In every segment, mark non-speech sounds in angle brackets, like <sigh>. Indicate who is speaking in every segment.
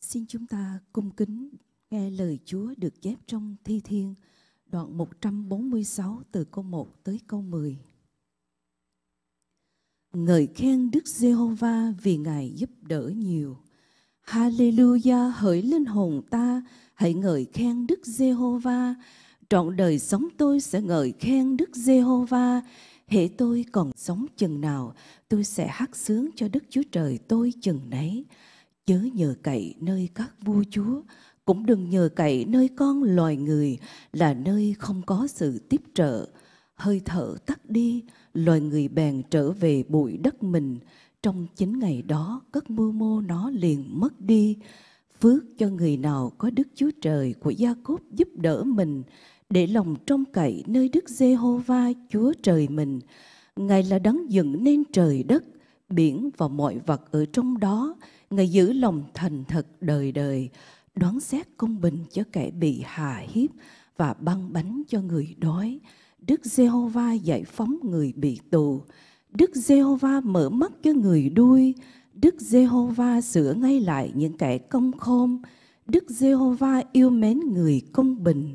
Speaker 1: Xin chúng ta cung kính nghe lời Chúa được chép trong Thi Thiên, đoạn 146 từ câu 1 tới câu 10. Ngợi khen Đức Giê-hô-va vì Ngài giúp đỡ nhiều. Hallelujah, hỡi linh hồn ta, hãy ngợi khen Đức Giê-hô-va. Trọn đời sống tôi sẽ ngợi khen Đức Giê-hô-va. Hễ tôi còn sống chừng nào, tôi sẽ hát sướng cho Đức Chúa Trời tôi chừng nấy chớ nhờ cậy nơi các vua chúa cũng đừng nhờ cậy nơi con loài người là nơi không có sự tiếp trợ hơi thở tắt đi loài người bèn trở về bụi đất mình trong chính ngày đó cất mưu mô nó liền mất đi phước cho người nào có đức chúa trời của gia cốp giúp đỡ mình để lòng trông cậy nơi đức giê hô va chúa trời mình ngài là đấng dựng nên trời đất biển và mọi vật ở trong đó Ngài giữ lòng thành thật đời đời, đoán xét công bình cho kẻ bị hà hiếp và băng bánh cho người đói. Đức Giê-hô-va giải phóng người bị tù. Đức Giê-hô-va mở mắt cho người đuôi. Đức Giê-hô-va sửa ngay lại những kẻ công khôn. Đức Giê-hô-va yêu mến người công bình.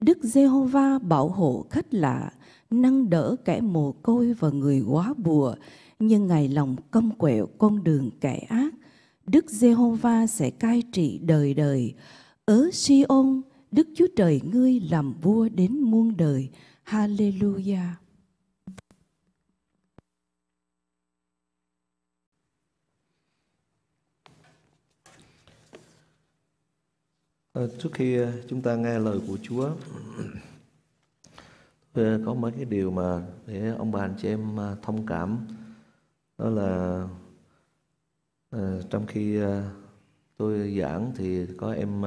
Speaker 1: Đức Giê-hô-va bảo hộ khách lạ, nâng đỡ kẻ mồ côi và người quá bùa, nhưng Ngài lòng cong quẹo con đường kẻ ác. Đức Giê-hô-va sẽ cai trị đời đời. Ở Si-ôn, Đức Chúa Trời ngươi làm vua đến muôn đời. Hallelujah.
Speaker 2: À, trước khi chúng ta nghe lời của Chúa, có mấy cái điều mà để ông bà anh chị em ờ, thông cảm đó là À, trong khi à, tôi giảng thì có em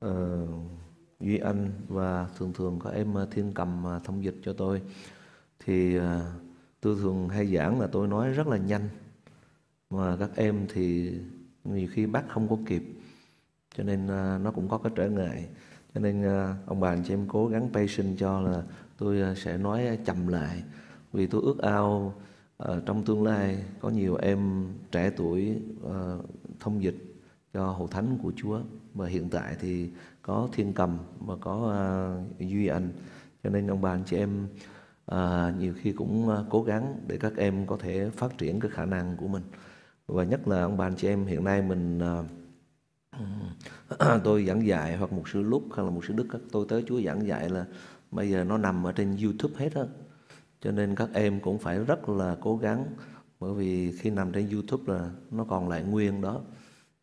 Speaker 2: à, Duy Anh và thường thường có em ờ, Thiên Cầm thông dịch cho tôi thì ờ, tôi thường hay giảng là tôi nói rất là nhanh mà các em thì nhiều khi bắt không có kịp cho nên à, nó cũng có cái trở ngại cho nên à, ông bà anh chị em cố gắng patient cho là tôi à, sẽ nói chậm lại vì tôi ước ao à, trong tương lai có nhiều em trẻ tuổi à, thông dịch cho hậu thánh của Chúa và hiện tại thì có Thiên Cầm và có à, Duy Anh cho nên ông bà anh chị em à, nhiều khi cũng à, cố gắng để các em có thể phát triển cái khả năng của mình và nhất là ông bà anh chị em hiện nay mình à, <clears throat> tôi giảng dạy hoặc một sư lúc hay là một sư đức các tôi tới Chúa giảng dạy là bây giờ nó nằm ở trên YouTube hết á cho nên các em cũng phải rất là cố gắng bởi vì khi nằm trên YouTube là nó còn lại nguyên đó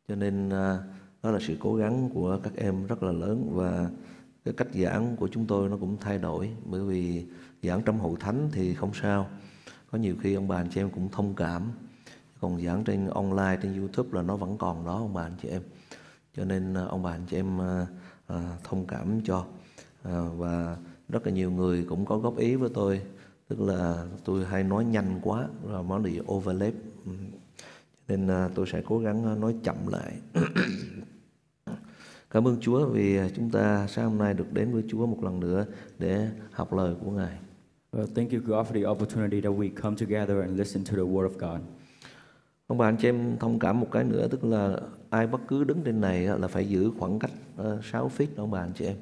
Speaker 2: cho nên à, đó là sự cố gắng của các em rất là lớn và cái cách giảng của chúng tôi nó cũng thay đổi bởi vì giảng trong hậu thánh thì không sao có nhiều khi ông bà anh chị em cũng thông cảm còn giảng trên online trên YouTube là nó vẫn còn đó ông bà anh chị em cho nên à, ông bà anh chị em à, thông cảm cho à, và rất là nhiều người cũng có góp ý với tôi tức là tôi hay nói nhanh quá rồi nó bị overlap nên à, tôi sẽ cố gắng nói chậm lại <coughs> cảm ơn Chúa vì chúng ta sáng hôm nay được đến với Chúa một lần nữa để học lời của Ngài
Speaker 3: Well, thank you God for the opportunity that we come together and listen to the word of God.
Speaker 2: ông bà anh chị em thông cảm một cái nữa tức là ai bất cứ đứng trên này á, là phải giữ khoảng cách uh, 6 feet ông bà anh chị em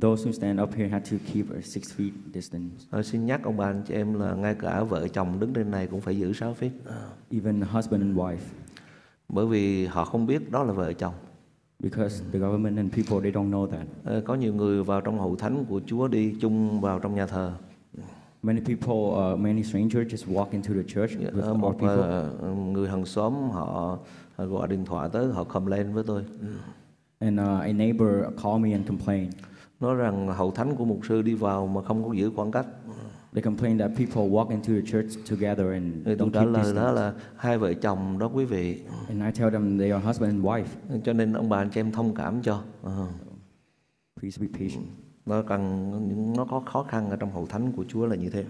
Speaker 3: Those who stand up here had to keep a six feet distance.
Speaker 2: Ờ, xin nhắc ông bà anh chị em là ngay cả vợ chồng đứng trên này cũng phải giữ 6 feet
Speaker 3: À.
Speaker 2: Ờ,
Speaker 3: Even husband and wife,
Speaker 2: bởi vì họ không biết đó là vợ chồng
Speaker 3: because the government and people they don't know that.
Speaker 2: Ờ, có nhiều người vào trong hậu thánh của Chúa đi chung vào trong nhà thờ
Speaker 3: Many people, uh, many strangers just walk into the church with
Speaker 2: Ờ,
Speaker 3: all
Speaker 2: một
Speaker 3: people.
Speaker 2: ờ, người hàng xóm họ họ gọi điện thoại tới họ complain với tôi
Speaker 3: Ừ. And uh, a neighbor called me and complained.
Speaker 2: nói rằng hậu thánh của mục sư đi vào mà không có giữ khoảng cách
Speaker 3: They complained that people walk into the church together and
Speaker 2: thì tôi
Speaker 3: don't
Speaker 2: trả
Speaker 3: keep
Speaker 2: lời
Speaker 3: distance.
Speaker 2: đó là hai vợ chồng đó quý vị
Speaker 3: And I tell them they are husband and wife.
Speaker 2: cho nên ông bà anh chị em thông cảm cho
Speaker 3: Ừ.
Speaker 2: Ờ.
Speaker 3: Please be patient.
Speaker 2: nó cần những nó có khó khăn ở trong hậu thánh của Chúa là như thế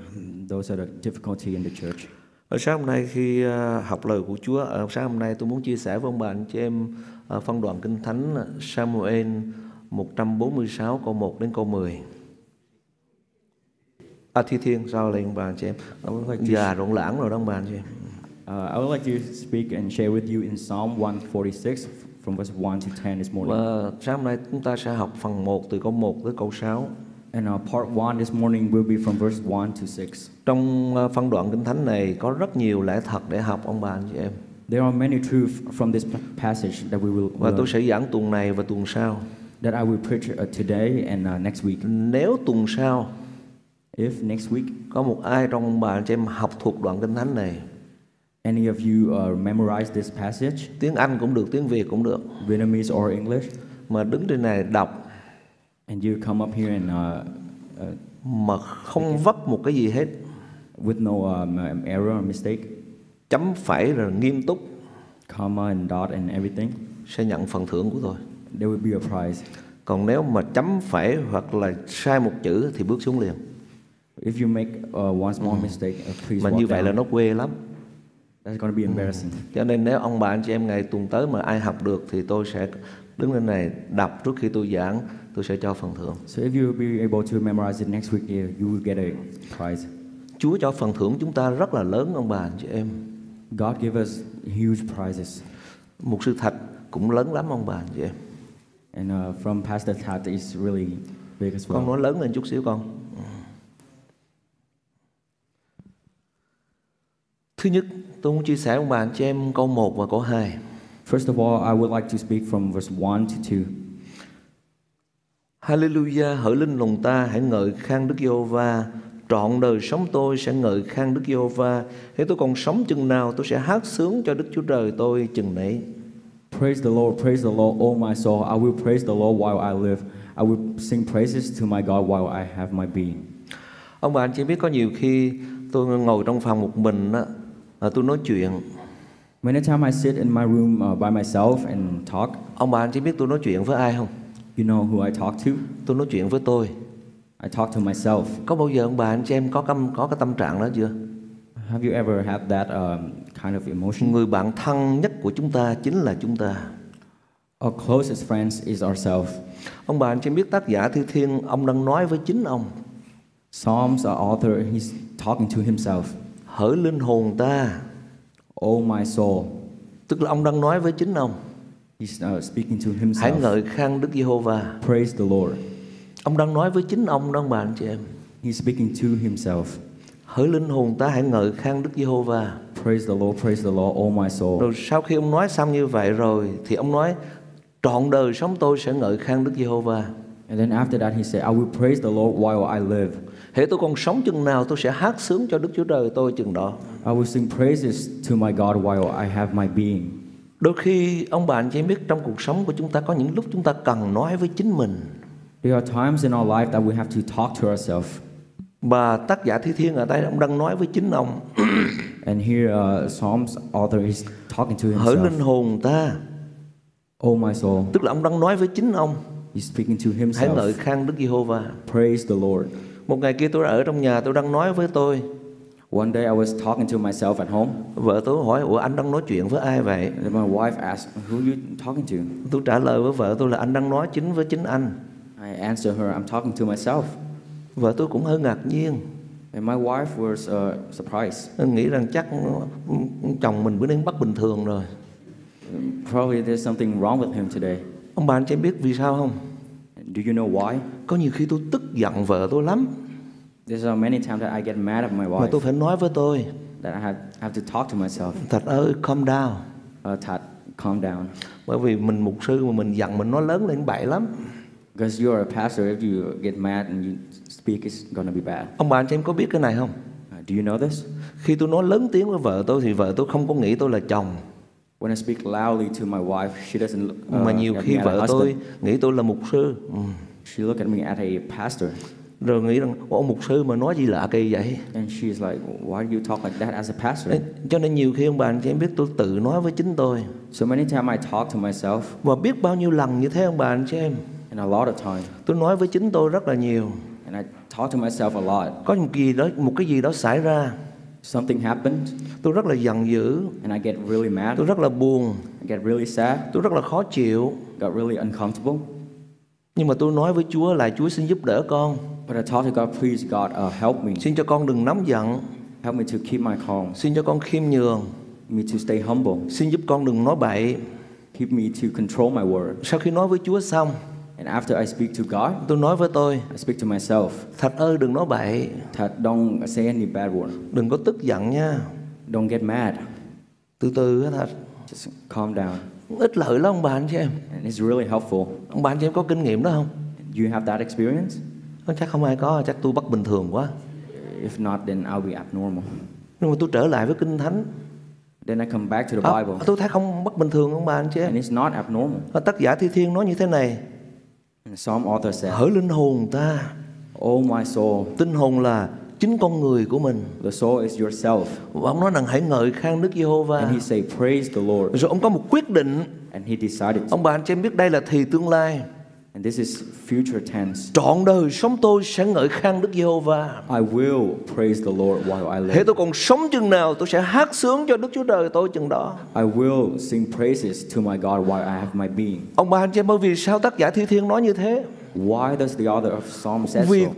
Speaker 3: Those are the difficulty in the church.
Speaker 2: Ở sáng hôm nay khi à, học lời của Chúa, ở sáng hôm nay tôi muốn chia sẻ với ông bà anh chị em à, phân đoạn kinh thánh à, Samuel 146 câu 1 đến câu 10. À thi thiên sao lên ông bà anh chị em? Nó già rộn lãng rồi đó ông bà anh chị em.
Speaker 3: Uh, Uh, I would like to speak and share with you in Psalm 146 from verse 1 to 10 this morning.
Speaker 2: Và sáng hôm nay chúng ta sẽ học phần 1 từ câu 1 tới câu 6.
Speaker 3: and uh, part 1 this morning will be from verse 1 to 6.
Speaker 2: Trong ờ, phân đoạn Kinh Thánh này có rất nhiều lẽ thật để học ông bà anh chị em.
Speaker 3: There are many truths from this p- passage that we will
Speaker 2: Và tôi
Speaker 3: learn,
Speaker 2: sẽ giảng tuần này và tuần sau.
Speaker 3: that I will preach uh, today and uh, next week.
Speaker 2: Nếu tuần sau
Speaker 3: If next week
Speaker 2: có một ai trong ông bà anh chị em học thuộc đoạn Kinh Thánh này,
Speaker 3: any of you uh, memorize this passage,
Speaker 2: tiếng Anh cũng được, tiếng Việt cũng được,
Speaker 3: Vietnamese or English,
Speaker 2: mà đứng trên này đọc
Speaker 3: and you come up here and uh, uh,
Speaker 2: mà không vấp một cái gì hết,
Speaker 3: with no um, um, error or mistake,
Speaker 2: chấm phẩy rồi nghiêm túc
Speaker 3: comma and dot and everything,
Speaker 2: sẽ nhận phần thưởng của tôi.
Speaker 3: there will be a prize.
Speaker 2: Còn nếu mà chấm phẩy hoặc là sai một chữ thì bước xuống liền.
Speaker 3: If you make uh, one small mistake, uh, please
Speaker 2: Mm. Mà
Speaker 3: walk
Speaker 2: như vậy là
Speaker 3: down.
Speaker 2: nó Mm. quê lắm.
Speaker 3: That's going to be embarrassing.
Speaker 2: Cho nên nếu ông bà anh chị em ngày tuần tới mà ai học được thì tôi sẽ đứng lên này đọc trước khi tôi giảng, tôi sẽ cho phần thưởng.
Speaker 3: So if you will be able to memorize it next week, yeah, you will get a prize.
Speaker 2: Chúa cho phần thưởng chúng ta rất là lớn ông bà anh chị em.
Speaker 3: God gave us huge prizes,
Speaker 2: Một sư thạch cũng lớn lắm ông bà anh chị em.
Speaker 3: and uh, from Pastor Tat is really big as
Speaker 2: Con
Speaker 3: well.
Speaker 2: nói lớn lên chút xíu con. Thứ nhất, tôi muốn chia sẻ ông bà anh chị em câu 1 và câu 2.
Speaker 3: First of all, I would like to speak from verse one to two.
Speaker 2: Hallelujah, hỡi linh hồn ta hãy ngợi khen Đức Giê-hô-va, trọn đời sống tôi sẽ ngợi khen Đức Giê-hô-va. Khi tôi còn sống chừng nào tôi sẽ hát sướng cho Đức Chúa Trời tôi chừng nấy.
Speaker 3: Praise the Lord, praise the Lord, O my soul. I will praise the Lord while I live. I will sing praises to my God while I have my being.
Speaker 2: Ông bà anh chị biết có nhiều khi tôi ngồi trong phòng một mình á, à, tôi nói chuyện.
Speaker 3: Many times I sit in my room uh, by myself and talk.
Speaker 2: Ông bà anh chị biết tôi nói chuyện với ai không?
Speaker 3: You know who I talk to?
Speaker 2: Tôi nói chuyện với tôi.
Speaker 3: I talk to myself.
Speaker 2: Có bao giờ ông bà anh chị em có căm, có cái tâm trạng đó chưa?
Speaker 3: Have you ever had that um, kind of emotion?
Speaker 2: Người bạn thân nhất của chúng ta chính là chúng ta.
Speaker 3: Our closest friends is ourselves.
Speaker 2: Ông bà anh chị biết tác giả Thi Thiên ông đang nói với chính ông.
Speaker 3: Psalms, our author, he's talking to himself.
Speaker 2: Hỡi linh hồn ta,
Speaker 3: Oh my soul,
Speaker 2: Tức là ông đang nói với chính ông
Speaker 3: he's uh, speaking to
Speaker 2: Hãy
Speaker 3: himself.
Speaker 2: ngợi khen Đức Giê-hô-va
Speaker 3: Praise the Lord.
Speaker 2: Ông đang nói với chính ông đó ông bà anh chị em
Speaker 3: He's speaking to himself.
Speaker 2: Hỡi linh hồn ta hãy ngợi khen Đức Giê-hô-va
Speaker 3: Praise the Lord, praise the Lord, oh my soul.
Speaker 2: Rồi sau khi ông nói xong như vậy rồi Thì ông nói Trọn đời sống tôi sẽ ngợi khen Đức Giê-hô-va
Speaker 3: And then after that, he said, I will praise the Lord while I live.
Speaker 2: Hễ tôi còn sống chừng nào tôi sẽ hát sướng cho Đức Chúa Trời tôi chừng đó
Speaker 3: I will sing praises to my God while I have my being.
Speaker 2: Đôi khi ông bà anh chị em biết trong cuộc sống của chúng ta có những lúc chúng ta cần nói với chính mình
Speaker 3: There are times in our life that we have to talk to ourselves.
Speaker 2: Và tác giả Thi Thiên ở đây ông đang nói với chính ông
Speaker 3: And here, uh, Psalms author is talking to
Speaker 2: Hỡi
Speaker 3: himself.
Speaker 2: linh hồn ta
Speaker 3: Oh my soul,
Speaker 2: Tức là ông đang nói với chính ông
Speaker 3: he's speaking to
Speaker 2: Hãy ngợi
Speaker 3: himself.
Speaker 2: khen Đức Giê-hô-va
Speaker 3: Praise the Lord.
Speaker 2: Một ngày kia tôi ở trong nhà tôi đang nói với tôi
Speaker 3: One day I was talking to myself at home,
Speaker 2: Vợ tôi hỏi Ủa anh đang nói chuyện với ai vậy
Speaker 3: and then my wife asked, Who you talking to?
Speaker 2: Tôi trả lời với vợ tôi là anh đang nói chính với chính anh
Speaker 3: I answered her, I'm talking to myself.
Speaker 2: Vợ tôi cũng hơi ngạc nhiên
Speaker 3: And my wife was uh, surprised.
Speaker 2: Nghĩ rằng chắc chồng mình bữa nay bắt bình thường rồi
Speaker 3: Probably there's something wrong with him today.
Speaker 2: Ông bà anh chị biết vì sao không
Speaker 3: Do you know why?
Speaker 2: Có nhiều khi tôi tức giận vợ tôi lắm
Speaker 3: There's uh, many times that I get mad at my
Speaker 2: Mà
Speaker 3: wife
Speaker 2: tôi phải nói với tôi
Speaker 3: that I have, have to talk to myself.
Speaker 2: Thật ơi calm down
Speaker 3: Uh, Tat, calm down.
Speaker 2: Bởi vì mình mục sư mà mình giận mình nói lớn lên bậy lắm
Speaker 3: Because you're a pastor, if you get mad and you speak, it's gonna be bad.
Speaker 2: Ông bà anh chị em có biết cái này không
Speaker 3: Uh, do you know this?
Speaker 2: Khi tôi nói lớn tiếng với vợ tôi Thì vợ tôi không có nghĩ tôi là chồng
Speaker 3: When I speak loudly to my wife, she doesn't look uh,
Speaker 2: mà nhiều
Speaker 3: at me
Speaker 2: khi
Speaker 3: as a
Speaker 2: vợ
Speaker 3: husband.
Speaker 2: tôi nghĩ tôi là mục sư ừ.
Speaker 3: She look at me as a pastor,
Speaker 2: rồi nghĩ rằng ông mục sư mà nói gì lạ kỳ vậy
Speaker 3: and she's like, "Why do you talk like that as a
Speaker 2: Đấy,
Speaker 3: pastor?"
Speaker 2: cho nên nhiều khi ông bà anh chị em biết tôi tự nói với chính tôi
Speaker 3: So many times I talk to myself,
Speaker 2: và biết bao nhiêu lần như thế ông bà anh chị em
Speaker 3: and a lot of time,
Speaker 2: tôi nói với chính tôi rất là nhiều
Speaker 3: and I talk to myself a lot.
Speaker 2: có một gì đó một cái gì đó xảy ra
Speaker 3: Something happened,
Speaker 2: tôi rất là giận dữ
Speaker 3: and I get really mad.
Speaker 2: tôi rất là buồn
Speaker 3: I get really sad.
Speaker 2: tôi rất là khó chịu
Speaker 3: Got really uncomfortable.
Speaker 2: nhưng mà tôi nói với Chúa là Chúa xin giúp đỡ con
Speaker 3: But I talked to God, "Please, God, uh, help me.
Speaker 2: xin cho con đừng nóng giận
Speaker 3: Help me to keep my calm.
Speaker 2: xin cho con khiêm nhường
Speaker 3: me to stay humble.
Speaker 2: Xin giúp con đừng nói bậy.
Speaker 3: Keep me to control my word.
Speaker 2: Sau khi nói với Chúa xong,
Speaker 3: And after I speak to God,
Speaker 2: tôi nói với tôi,
Speaker 3: I speak to myself.
Speaker 2: Thạch ơi đừng nói bậy,
Speaker 3: That don't say any bad word.
Speaker 2: đừng có tức giận nha.
Speaker 3: Don't get mad.
Speaker 2: Từ từ á Thạch.
Speaker 3: Just calm down.
Speaker 2: Ít lợi lắm ông bà anh chị em.
Speaker 3: And it's really helpful.
Speaker 2: Ông bà anh chị em có kinh nghiệm đó không?
Speaker 3: Do you have that experience?
Speaker 2: Nói Chắc không ai có, chắc tôi bất bình thường quá.
Speaker 3: If not, then I'll be abnormal.
Speaker 2: Nhưng mà tôi trở lại với Kinh Thánh.
Speaker 3: Then I come back to the
Speaker 2: À,
Speaker 3: Bible,
Speaker 2: tôi thấy không bất bình thường ông bà anh chị em.
Speaker 3: and it's not abnormal.
Speaker 2: Và Tác giả Thi Thiên nói như thế này.
Speaker 3: And some author said,
Speaker 2: Hỡi linh hồn ta,
Speaker 3: "Oh my soul,
Speaker 2: tinh hồn là chính con người của mình.
Speaker 3: the soul is yourself."
Speaker 2: Và ông nói rằng hãy ngợi khang Đức Giê-hô-va.
Speaker 3: And he say, "Praise the Lord."
Speaker 2: Rồi ông có một quyết định.
Speaker 3: And he decided,
Speaker 2: Ông bà anh chị em biết đây là thì tương lai.
Speaker 3: and this is future tense.
Speaker 2: Trọn đời sống tôi sẽ ngợi khang Đức Giê-hô-va.
Speaker 3: I will praise the Lord while I
Speaker 2: Thế
Speaker 3: live.
Speaker 2: tôi còn sống chừng nào tôi sẽ hát sướng cho Đức Chúa Trời tôi chừng đó.
Speaker 3: I will sing praises to my God while I have my being.
Speaker 2: Ông bà anh chị em ơi vì sao tác giả Thi Thiên nói như thế?
Speaker 3: Why does the author of Psalm say
Speaker 2: Vì
Speaker 3: so?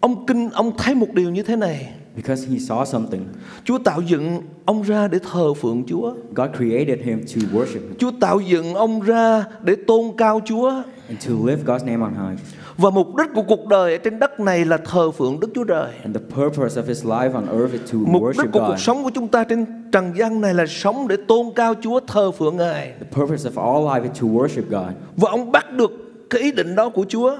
Speaker 2: ông kinh ông thấy một điều như thế này.
Speaker 3: Because he saw something.
Speaker 2: Chúa tạo dựng ông ra để thờ phượng Chúa.
Speaker 3: God created him to worship him
Speaker 2: Chúa tạo dựng ông ra để tôn cao Chúa.
Speaker 3: and to lift God's name on high.
Speaker 2: Và mục đích của cuộc đời ở trên đất này là thờ phượng Đức Chúa Trời.
Speaker 3: And the purpose of his life on earth is to
Speaker 2: Mục đích
Speaker 3: worship
Speaker 2: của cuộc
Speaker 3: God.
Speaker 2: sống của chúng ta trên trần gian này là sống để tôn cao Chúa thờ phượng Ngài.
Speaker 3: The purpose of all life is to worship God.
Speaker 2: Và ông bắt được cái ý định đó của Chúa.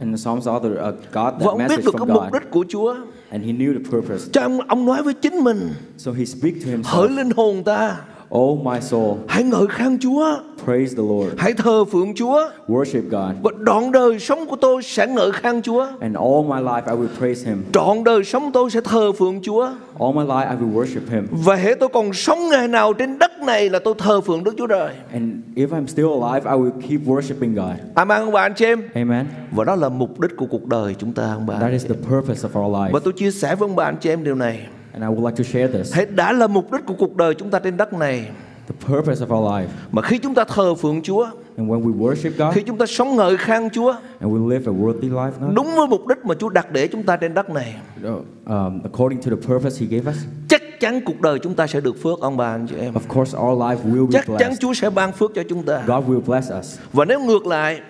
Speaker 3: And the Psalms author uh, got
Speaker 2: Và
Speaker 3: that
Speaker 2: ông biết
Speaker 3: message
Speaker 2: được cái
Speaker 3: from
Speaker 2: mục
Speaker 3: God.
Speaker 2: đích của Chúa.
Speaker 3: And he knew the purpose.
Speaker 2: Cho ông, ông nói với chính mình,
Speaker 3: So he speak to
Speaker 2: hỡi
Speaker 3: himself,
Speaker 2: linh hồn ta,
Speaker 3: Oh my soul,
Speaker 2: hãy ngợi khen Chúa,
Speaker 3: praise the Lord,
Speaker 2: hãy thờ phượng Chúa.
Speaker 3: worship God.
Speaker 2: Và đoạn đời sống của tôi sẽ ngợi khen Chúa.
Speaker 3: And all my life I will praise him.
Speaker 2: Trọn đời sống tôi sẽ thờ phượng Chúa.
Speaker 3: All my life I will worship him.
Speaker 2: Và hễ tôi còn sống ngày nào trên đất này là tôi thờ phượng Đức Chúa Trời.
Speaker 3: And if I'm still alive, I will keep worshiping God.
Speaker 2: Amen ông bà anh chị em.
Speaker 3: Amen.
Speaker 2: Và đó là mục đích của cuộc đời chúng ta ông bà.
Speaker 3: That is the purpose of our life.
Speaker 2: Và tôi chia sẻ với ông bà anh chị em điều này.
Speaker 3: And I would like to share this.
Speaker 2: Hãy đã là mục đích của cuộc đời chúng ta trên đất này.
Speaker 3: The purpose of our life.
Speaker 2: Mà khi chúng ta thờ phượng Chúa,
Speaker 3: And when we worship
Speaker 2: khi
Speaker 3: God
Speaker 2: chúng ta sống ngợi khen Chúa,
Speaker 3: and we live a worthy life, God,
Speaker 2: đúng với mục đích mà Chúa đặt để chúng ta trên đất này,
Speaker 3: no, um, according to the purpose he gave us,
Speaker 2: chắc chắn cuộc đời chúng ta sẽ được phước ông bà anh chị em.
Speaker 3: of course our life will be
Speaker 2: Chắc chắn
Speaker 3: blessed.
Speaker 2: Chúa sẽ ban phước cho chúng ta.
Speaker 3: God will bless us.
Speaker 2: Và nếu ngược lại,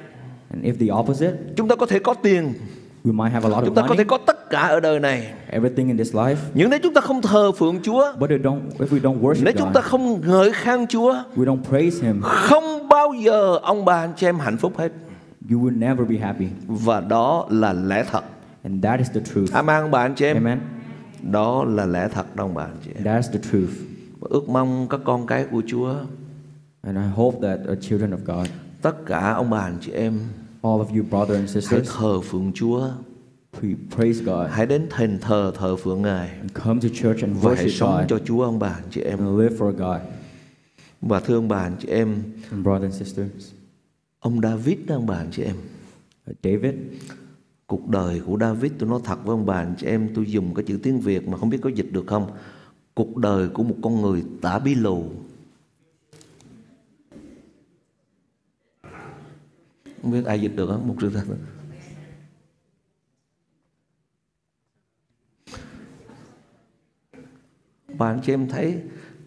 Speaker 3: And if the opposite,
Speaker 2: chúng ta có thể có tiền,
Speaker 3: we might have a lot of
Speaker 2: chúng ta có thể
Speaker 3: money,
Speaker 2: có tất cả ở đời này.
Speaker 3: everything in this life,
Speaker 2: Nhưng nếu chúng ta không thờ phượng Chúa,
Speaker 3: but if, don't, if we don't
Speaker 2: nếu
Speaker 3: worship
Speaker 2: chúng ta
Speaker 3: God,
Speaker 2: không ngợi khen Chúa,
Speaker 3: we don't praise him,
Speaker 2: không bao giờ ông bà anh chị em hạnh phúc hết.
Speaker 3: you will never be happy.
Speaker 2: Và đó là lẽ thật.
Speaker 3: And that is the truth.
Speaker 2: Amen ông bà anh chị em.
Speaker 3: Amen.
Speaker 2: Đó là lẽ thật đó ông bà anh chị em.
Speaker 3: That's the truth.
Speaker 2: Và Ước mong các con cái của Chúa,
Speaker 3: And I hope that the children of God,
Speaker 2: tất cả ông bà anh chị em
Speaker 3: all of you brothers and
Speaker 2: hãy
Speaker 3: sisters,
Speaker 2: thờ phượng Chúa,
Speaker 3: we praise God
Speaker 2: hãy đến thền thờ thờ phượng Ngài
Speaker 3: and come to church and
Speaker 2: và hãy
Speaker 3: worship
Speaker 2: sống
Speaker 3: God
Speaker 2: cho Chúa ông bà anh chị em.
Speaker 3: and live for God.
Speaker 2: Và thưa ông bà anh chị em,
Speaker 3: And brothers and sisters,
Speaker 2: ông David đó ông bà anh chị em.
Speaker 3: uh, David,
Speaker 2: Cuộc đời của David tôi nói thật với ông bà anh chị em tôi dùng cái chữ tiếng Việt mà không biết có dịch được không. Cuộc đời của một con người tả bí lù. Không biết ai dịch được không? Một sự thật. Bà anh chị em thấy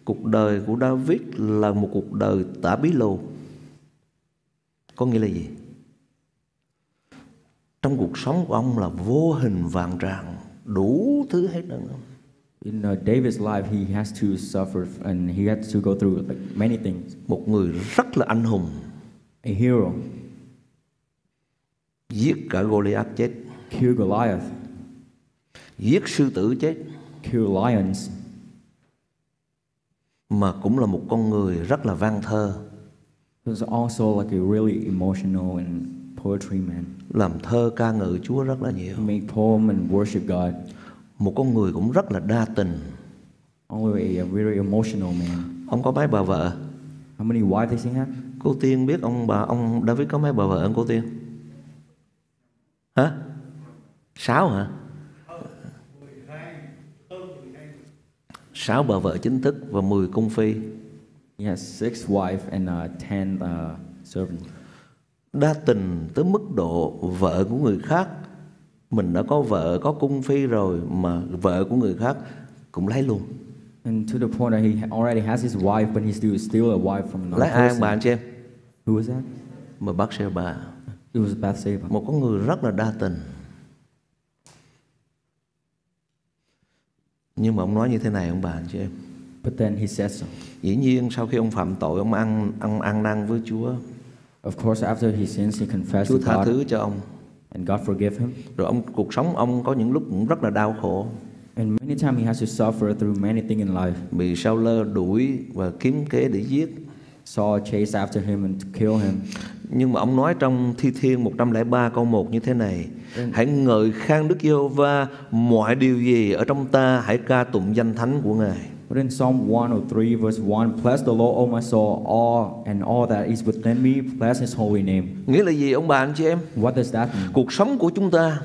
Speaker 2: cuộc đời của David là một cuộc đời tả bí lù. Có nghĩa là gì? trong cuộc sống của ông là vô hình vàng tràng đủ thứ hết trơn
Speaker 3: in uh, David's life, he has to suffer and he had to go through like many things.
Speaker 2: một người rất là anh hùng
Speaker 3: A hero,
Speaker 2: giết cả Goliath chết
Speaker 3: kill Goliath,
Speaker 2: giết sư tử chết
Speaker 3: kill lions,
Speaker 2: mà cũng là một con người rất là van thơ
Speaker 3: He was also like a really emotional and poetry man.
Speaker 2: làm thơ ca ngợi Chúa rất là nhiều
Speaker 3: He made poem and worship God.
Speaker 2: một con người cũng rất là đa tình
Speaker 3: Only a, a very emotional man.
Speaker 2: ông có mấy bà vợ
Speaker 3: How many wives does he have?
Speaker 2: cô Tiên biết ông bà ông David có mấy bà vợ không cô Tiên hả sáu hả sáu bà vợ chính thức và 10 cung phi
Speaker 3: He has six wives and uh, ten uh, servants.
Speaker 2: đa tình tới mức độ vợ của người khác mình đã có vợ có cung phi rồi mà vợ của người khác cũng lấy luôn
Speaker 3: And to the point that he ha- already has his wife, but he's still still a wife from another
Speaker 2: lấy ai
Speaker 3: person.
Speaker 2: ông bà anh chị em
Speaker 3: Who was that?
Speaker 2: mà bác xe bà
Speaker 3: It was Bathsheba.
Speaker 2: một con người rất là đa tình nhưng mà ông nói như thế này ông bà anh chị em
Speaker 3: But then he said so.
Speaker 2: dĩ nhiên sau khi ông phạm tội ông ăn ăn ăn năn với Chúa
Speaker 3: Of course, after he sins, he confessed
Speaker 2: Chúa
Speaker 3: to
Speaker 2: tha
Speaker 3: God,
Speaker 2: thứ cho ông
Speaker 3: and God forgave him.
Speaker 2: rồi ông cuộc sống ông có những lúc cũng rất là đau khổ
Speaker 3: And many times he has to suffer through many things in life.
Speaker 2: bị sao lơ đuổi và kiếm kế để giết
Speaker 3: Saul chased after him and to kill him.
Speaker 2: nhưng mà ông nói trong Thi Thiên 103 câu 1 như thế này Hãy ngợi khen Đức Giê-hô-va mọi điều gì ở trong ta hãy ca tụng danh thánh của Ngài
Speaker 3: But in Psalm 103, verse 1, Bless the Lord, O my soul, all and all that is within me, bless his holy name.
Speaker 2: Nghĩa là gì ông bà anh chị em?
Speaker 3: What does that mean?
Speaker 2: Cuộc sống của chúng ta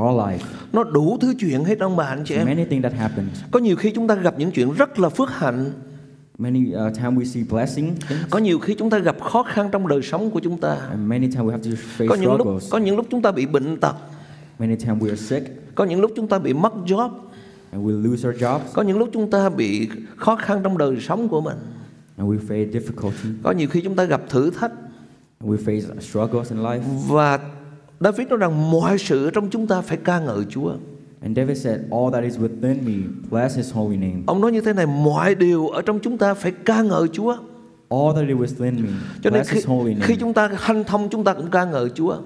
Speaker 3: Our life.
Speaker 2: nó đủ thứ chuyện hết ông bà anh chị em
Speaker 3: Many things that happens.
Speaker 2: Có nhiều khi chúng ta gặp những chuyện rất là phước hạnh
Speaker 3: Many uh, time we see blessing,
Speaker 2: Có nhiều khi chúng ta gặp khó khăn trong đời sống của chúng ta
Speaker 3: and many time we have to face
Speaker 2: Có những lúc
Speaker 3: struggles.
Speaker 2: có những lúc chúng ta bị bệnh tật
Speaker 3: Many time we are sick,
Speaker 2: Có những lúc chúng ta bị mất job
Speaker 3: and we lose our jobs,
Speaker 2: Có những lúc chúng ta bị khó khăn trong đời sống của mình
Speaker 3: and we face difficulty,
Speaker 2: Có nhiều khi chúng ta gặp thử thách
Speaker 3: and we face struggles in life.
Speaker 2: Và David nói rằng mọi sự trong chúng ta phải ca ngợi Chúa.
Speaker 3: And David said, All that is within me, bless his holy name.
Speaker 2: Ông nói như thế này, mọi điều ở trong chúng ta phải ca ngợi Chúa.
Speaker 3: All that is within me,
Speaker 2: Cho nên
Speaker 3: bless
Speaker 2: khi,
Speaker 3: his holy
Speaker 2: khi
Speaker 3: name.
Speaker 2: chúng ta hanh thông chúng ta cũng ca ngợi Chúa.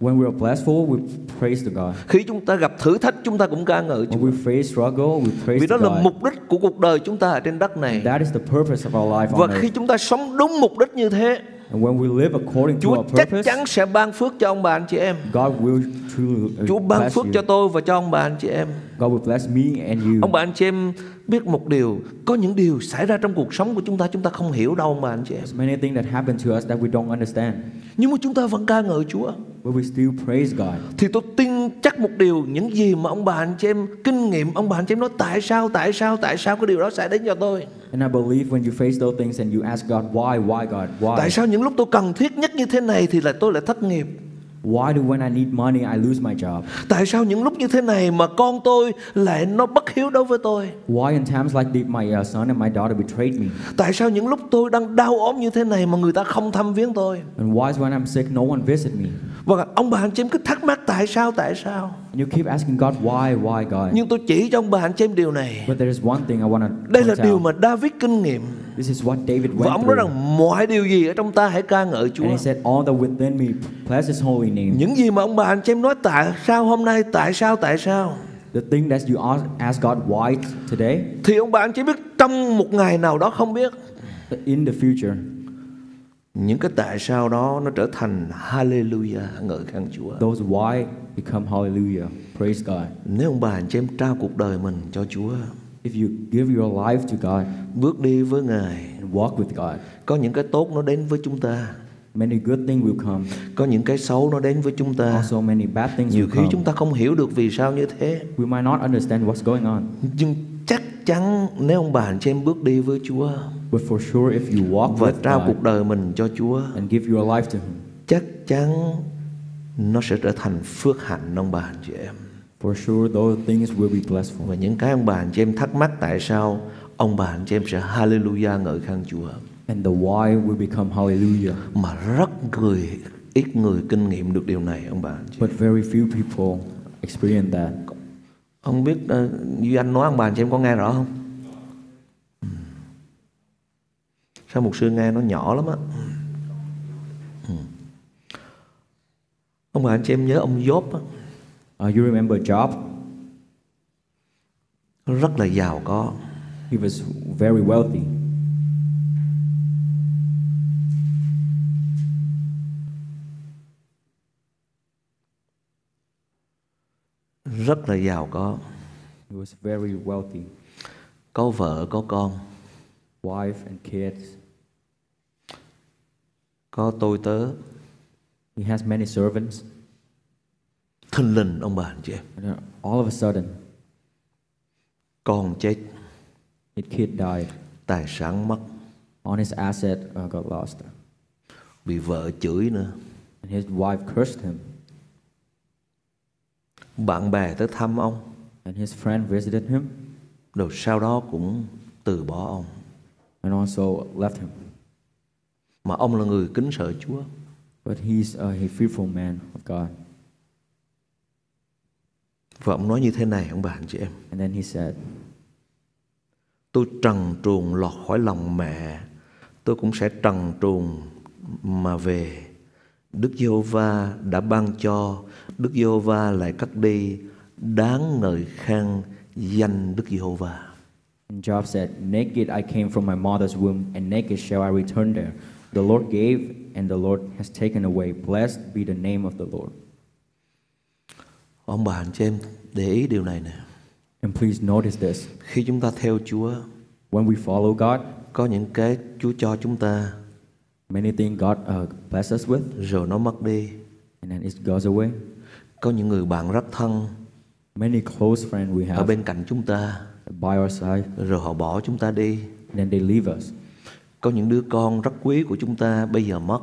Speaker 3: When we are blessful, we praise to God.
Speaker 2: Khi chúng ta gặp thử thách chúng ta cũng ca ngợi Chúa.
Speaker 3: When we face struggle, we praise
Speaker 2: Vì đó
Speaker 3: to
Speaker 2: là
Speaker 3: God.
Speaker 2: mục đích của cuộc đời chúng ta ở trên đất này.
Speaker 3: That is the purpose of our life
Speaker 2: Và
Speaker 3: on
Speaker 2: khi
Speaker 3: earth.
Speaker 2: chúng ta sống đúng mục đích như thế,
Speaker 3: And when we live according to
Speaker 2: Chúa
Speaker 3: our
Speaker 2: chắc
Speaker 3: purpose,
Speaker 2: chắn sẽ ban phước cho ông bà anh chị em.
Speaker 3: God will truly uh,
Speaker 2: Chúa ban
Speaker 3: bless
Speaker 2: phước cho
Speaker 3: you. Ừ.
Speaker 2: tôi và cho ông bà anh chị em.
Speaker 3: God will bless me and you.
Speaker 2: Ông bà anh chị em biết một điều, có những điều xảy ra trong cuộc sống của chúng ta chúng ta không hiểu đâu ông bà anh chị em.
Speaker 3: There's many things that happen to us that we don't understand,
Speaker 2: Nhưng mà chúng ta vẫn ca ngợi Chúa
Speaker 3: but we still praise God.
Speaker 2: Thì tôi tin chắc một điều Những gì mà ông bà anh chị em kinh nghiệm Ông bà anh chị em nói tại sao, tại sao, tại sao Cái điều đó xảy đến cho tôi
Speaker 3: And I believe when you face those things and you ask God, why, why, God, why?
Speaker 2: Tại sao những lúc tôi cần thiết nhất như thế này Thì là tôi lại thất nghiệp
Speaker 3: Why do when I need money I lose my job?
Speaker 2: Tại sao những lúc như thế này mà con tôi lại nó bất hiếu đối với tôi
Speaker 3: Why in times like this my uh, son and my daughter betrayed me?
Speaker 2: Tại sao những lúc tôi đang đau ốm như thế này mà người ta không thăm viếng tôi
Speaker 3: And why is when I'm sick no one visit me?
Speaker 2: Và ông bà anh chị em cứ thắc mắc tại sao, tại sao
Speaker 3: And you keep asking God, why, why, God?
Speaker 2: Nhưng tôi chỉ cho ông bà anh chị em điều này
Speaker 3: But there is one thing I want to
Speaker 2: Đây là
Speaker 3: point
Speaker 2: điều
Speaker 3: out.
Speaker 2: mà David kinh nghiệm
Speaker 3: This is what David
Speaker 2: Và
Speaker 3: went
Speaker 2: ông nói
Speaker 3: through.
Speaker 2: rằng mọi điều gì ở trong ta hãy ca ngợi Chúa
Speaker 3: And he said, All that within me, bless his holy name.
Speaker 2: Những gì mà ông bà anh chị em nói tại sao hôm nay, tại sao, tại sao
Speaker 3: The thing that you ask, ask God why t- today,
Speaker 2: Thì ông bà anh chị biết trong một ngày nào đó không biết
Speaker 3: in the future,
Speaker 2: Những cái tại sao đó nó trở thành Hallelujah, ngợi khen Chúa
Speaker 3: those why become hallelujah. Praise God.
Speaker 2: Nếu ông bà anh chị em trao cuộc đời mình cho Chúa
Speaker 3: If you give your life to God
Speaker 2: Bước đi với Ngài
Speaker 3: and walk with God,
Speaker 2: Có những cái tốt nó đến với chúng ta
Speaker 3: many good things will come.
Speaker 2: Có những cái xấu nó đến với chúng ta
Speaker 3: Also, many bad things
Speaker 2: Nhiều
Speaker 3: will
Speaker 2: khi chúng
Speaker 3: come.
Speaker 2: ta không hiểu được vì sao như thế
Speaker 3: We might not understand what's going on.
Speaker 2: Nhưng chắc chắn nếu ông bà anh chị em bước đi với Chúa
Speaker 3: But for sure, if you walk
Speaker 2: Và
Speaker 3: with
Speaker 2: trao
Speaker 3: God
Speaker 2: cuộc đời mình cho Chúa
Speaker 3: and give your life to Him,
Speaker 2: chắc chắn nó sẽ trở thành phước hạnh ông bà anh chị em
Speaker 3: for sure, those things will be blessed for.
Speaker 2: và những cái ông bà anh chị em thắc mắc tại sao ông bà anh chị em sẽ hallelujah ngợi khen Chúa
Speaker 3: And the why will become hallelujah.
Speaker 2: mà rất người ít người kinh nghiệm được điều này ông bà anh chị
Speaker 3: But very few people experience that.
Speaker 2: không biết ờ, Duy Anh nói ông bà anh chị em có nghe rõ không Ừ. sao mục sư nghe nó nhỏ lắm á Ừ. ông bà anh chị em nhớ ông Job á
Speaker 3: Uh, you remember Job?
Speaker 2: rất là giàu có
Speaker 3: He was very wealthy.
Speaker 2: rất là giàu có
Speaker 3: He was very wealthy.
Speaker 2: có vợ có con
Speaker 3: Wife and kids.
Speaker 2: có tôi tớ
Speaker 3: He has many servants.
Speaker 2: thình lình ông bà anh chị em
Speaker 3: And then all of a sudden,
Speaker 2: con chết
Speaker 3: his kid died.
Speaker 2: tài sản mất
Speaker 3: On his asset uh, got lost.
Speaker 2: bị vợ chửi nữa
Speaker 3: And his wife cursed him.
Speaker 2: bạn bè tới thăm ông
Speaker 3: And his friend visited him.
Speaker 2: rồi sau đó cũng từ bỏ ông
Speaker 3: and also left him.
Speaker 2: mà ông là người kính sợ Chúa
Speaker 3: But he's uh, a, a fearful man of God.
Speaker 2: và ông nói như thế này ông bà anh chị em
Speaker 3: And then he said,
Speaker 2: tôi trần truồng lọt khỏi lòng mẹ tôi cũng sẽ trần truồng mà về Đức Giê-hô-va đã ban cho Đức Giê-hô-va lại cắt đi đáng ngợi khen danh Đức Giê-hô-va
Speaker 3: And Job said, Naked I came from my mother's womb, and naked shall I return there. The Lord gave, and the Lord has taken away. Blessed be the name of the Lord.
Speaker 2: ông bà anh chị em để ý điều này nè
Speaker 3: And please notice this.
Speaker 2: khi chúng ta theo Chúa
Speaker 3: When we follow God,
Speaker 2: có những cái Chúa cho chúng ta
Speaker 3: many things God uh, blesses us with,
Speaker 2: rồi nó mất đi
Speaker 3: and then it goes away.
Speaker 2: có những người bạn rất thân
Speaker 3: Many close friends we
Speaker 2: ở
Speaker 3: have
Speaker 2: bên cạnh chúng ta
Speaker 3: by our side,
Speaker 2: rồi họ bỏ chúng ta đi
Speaker 3: then they leave us.
Speaker 2: có những đứa con rất quý của chúng ta bây giờ mất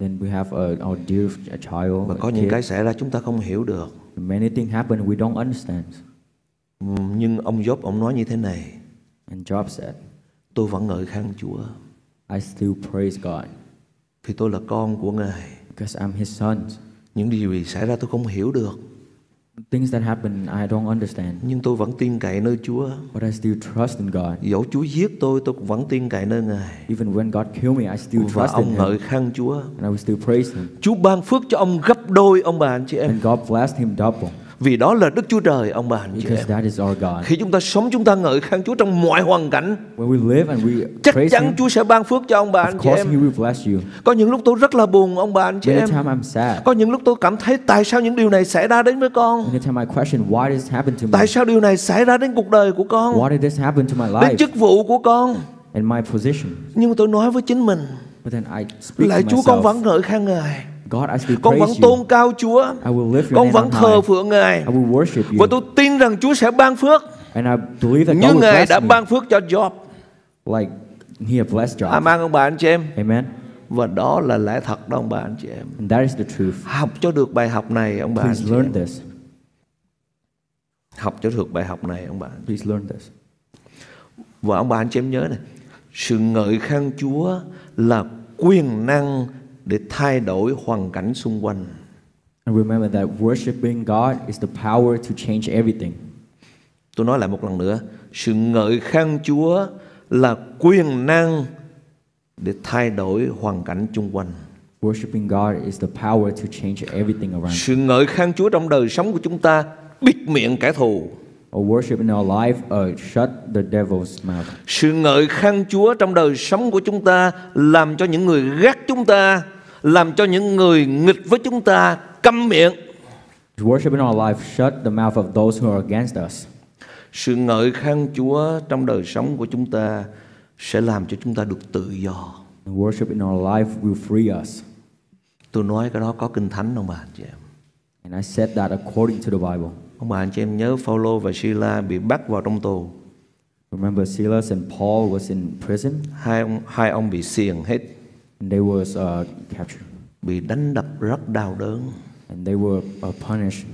Speaker 3: Then we have uh, our dear ch- child.
Speaker 2: và
Speaker 3: a
Speaker 2: có những
Speaker 3: kid.
Speaker 2: cái xảy ra chúng ta không hiểu được
Speaker 3: Many things happen we don't understand.
Speaker 2: Ừm, nhưng ông Job ông nói như thế này
Speaker 3: And Job said,
Speaker 2: tôi vẫn ngợi khen Chúa
Speaker 3: I still praise God
Speaker 2: vì tôi là con của Ngài
Speaker 3: because I'm His son.
Speaker 2: những điều gì xảy ra tôi không hiểu được
Speaker 3: Things that happen I don't understand,
Speaker 2: nhưng tôi vẫn tin cậy nơi Chúa
Speaker 3: but I still trust in God.
Speaker 2: dẫu Chúa giết tôi tôi cũng vẫn tin cậy nơi Ngài
Speaker 3: Even when God killed me, I still
Speaker 2: và
Speaker 3: trust in
Speaker 2: ông ngợi
Speaker 3: Him
Speaker 2: khen Chúa
Speaker 3: and I will still praise Him.
Speaker 2: Chúa ban phước cho ông gấp đôi ông bà anh chị em
Speaker 3: And God blessed him double
Speaker 2: vì đó là Đức Chúa Trời ông bà anh chị em
Speaker 3: because that is our God.
Speaker 2: khi chúng ta sống chúng ta ngợi khen Chúa trong mọi hoàn cảnh
Speaker 3: When we live and we
Speaker 2: chắc
Speaker 3: praise
Speaker 2: chắn
Speaker 3: Him,
Speaker 2: Chúa sẽ ban phước cho ông bà anh
Speaker 3: of
Speaker 2: chị
Speaker 3: course He
Speaker 2: em
Speaker 3: will bless you.
Speaker 2: có những lúc tôi rất là buồn ông bà anh chị em
Speaker 3: Many time I'm sad.
Speaker 2: có những lúc tôi cảm thấy tại sao những điều này xảy ra đến với con
Speaker 3: Many time I question why this happened to
Speaker 2: tại
Speaker 3: me.
Speaker 2: sao điều này xảy ra đến cuộc đời của con
Speaker 3: Why did this happen to my
Speaker 2: đến
Speaker 3: life
Speaker 2: chức vụ của con
Speaker 3: and my position?
Speaker 2: nhưng tôi nói với chính mình
Speaker 3: But then I speak
Speaker 2: lại
Speaker 3: to
Speaker 2: Chúa con
Speaker 3: myself.
Speaker 2: vẫn ngợi khen Ngài
Speaker 3: God, I still
Speaker 2: con vẫn
Speaker 3: praise you.
Speaker 2: tôn cao Chúa
Speaker 3: I will lift your
Speaker 2: con
Speaker 3: name
Speaker 2: vẫn
Speaker 3: on
Speaker 2: thờ
Speaker 3: high.
Speaker 2: phượng Ngài
Speaker 3: I will worship you.
Speaker 2: và tôi tin rằng Chúa sẽ ban phước
Speaker 3: And I believe that
Speaker 2: như
Speaker 3: God will
Speaker 2: Ngài
Speaker 3: bless
Speaker 2: đã
Speaker 3: me.
Speaker 2: ban phước cho Job
Speaker 3: Like He had blessed Job.
Speaker 2: Amen ông bà anh chị em
Speaker 3: Amen.
Speaker 2: và đó là lẽ thật đó ông bà anh chị em
Speaker 3: And that is the truth.
Speaker 2: học cho được bài học này ông bà anh
Speaker 3: Please
Speaker 2: chị em
Speaker 3: learn this.
Speaker 2: học cho được bài học này ông bà anh
Speaker 3: Please learn this.
Speaker 2: Và ông bà anh chị em nhớ này Sự ngợi khen Chúa là quyền năng để thay đổi hoàn cảnh xung quanh
Speaker 3: And remember that worshiping God is the power to change everything.
Speaker 2: Tôi nói lại một lần nữa Sự ngợi khen Chúa là quyền năng để thay đổi hoàn cảnh xung quanh
Speaker 3: Worshiping God is the power to change everything around.
Speaker 2: Sự ngợi khen Chúa trong đời sống của chúng ta Bịt miệng kẻ thù
Speaker 3: Or worship in our life, uh, shut the devil's mouth.
Speaker 2: Sự ngợi khen Chúa trong đời sống của chúng ta Làm cho những người ghét chúng ta Làm cho những người nghịch với chúng ta Câm miệng
Speaker 3: To worship in our life, shut the mouth of those who are against us.
Speaker 2: Sự ngợi khen Chúa trong đời sống của chúng ta sẽ làm cho chúng ta được tự do.
Speaker 3: And worship in our life will free us.
Speaker 2: Tôi nói cái đó có kinh thánh không bà anh chị em?
Speaker 3: And I said that according to the Bible.
Speaker 2: Ông bà anh chị em nhớ Phaolô và Sila bị bắt vào trong tù.
Speaker 3: Remember, Silas and Paul was in prison,
Speaker 2: Hai ông hai ông bị xiềng hết,
Speaker 3: and they was uh, captured,
Speaker 2: bị đánh đập rất đau đớn,
Speaker 3: and they were uh, punished.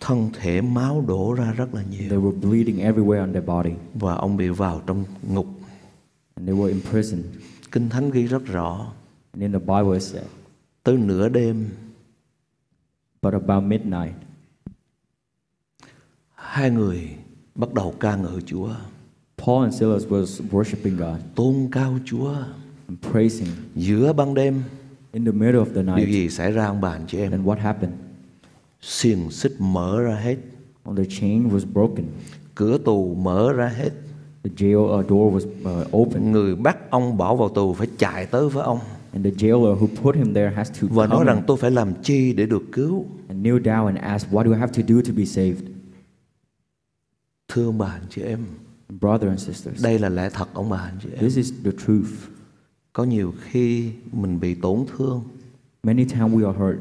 Speaker 2: thân thể máu đổ ra rất là nhiều
Speaker 3: They were bleeding everywhere on their body,
Speaker 2: và ông bị vào trong ngục.
Speaker 3: and they were in prison.
Speaker 2: Kinh thánh ghi rất rõ,
Speaker 3: And in the Bible it said,
Speaker 2: tới nửa đêm
Speaker 3: but about midnight,
Speaker 2: hai người bắt đầu ca ngợi Chúa,
Speaker 3: Paul and Silas was worshiping God
Speaker 2: tôn cao Chúa.
Speaker 3: and praising.
Speaker 2: Giữa ban đêm,
Speaker 3: In the middle of the
Speaker 2: điều
Speaker 3: night,
Speaker 2: gì xảy ra ông bà anh chị em?
Speaker 3: then what happened?
Speaker 2: xiềng xích mở ra hết
Speaker 3: On the chain was broken.
Speaker 2: cửa tù mở ra hết
Speaker 3: The jail uh, door was uh, open,
Speaker 2: người bắt ông bỏ vào tù phải chạy tới với ông
Speaker 3: and the jailer who put him there has to
Speaker 2: và nói
Speaker 3: come
Speaker 2: rằng tôi phải làm chi để được cứu
Speaker 3: and kneel down and ask, "What do I have to do to be saved?"
Speaker 2: thưa ông bà anh chị em
Speaker 3: Brother and sisters,
Speaker 2: đây là lẽ thật ông bà anh chị em
Speaker 3: this is the truth.
Speaker 2: có nhiều khi mình bị tổn thương
Speaker 3: Many times we are hurt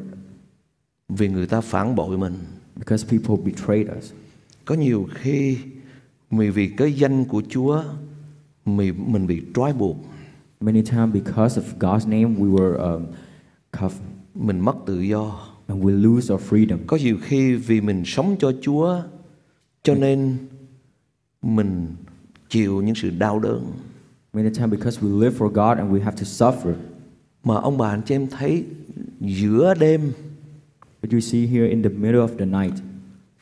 Speaker 2: vì người ta phản bội mình
Speaker 3: because people betrayed us.
Speaker 2: có nhiều khi mình vì cái danh của chúa mình, mình bị trói buộc
Speaker 3: Many times because of God's name, we were um, cuffed
Speaker 2: mình mất tự do
Speaker 3: and we lose our freedom.
Speaker 2: có nhiều khi vì mình sống cho chúa cho nên mình chịu những sự đau đớn
Speaker 3: Many times, because we live for God and we have to suffer.
Speaker 2: mà ông bà anh chị em thấy giữa đêm
Speaker 3: But you see here in the middle of the night,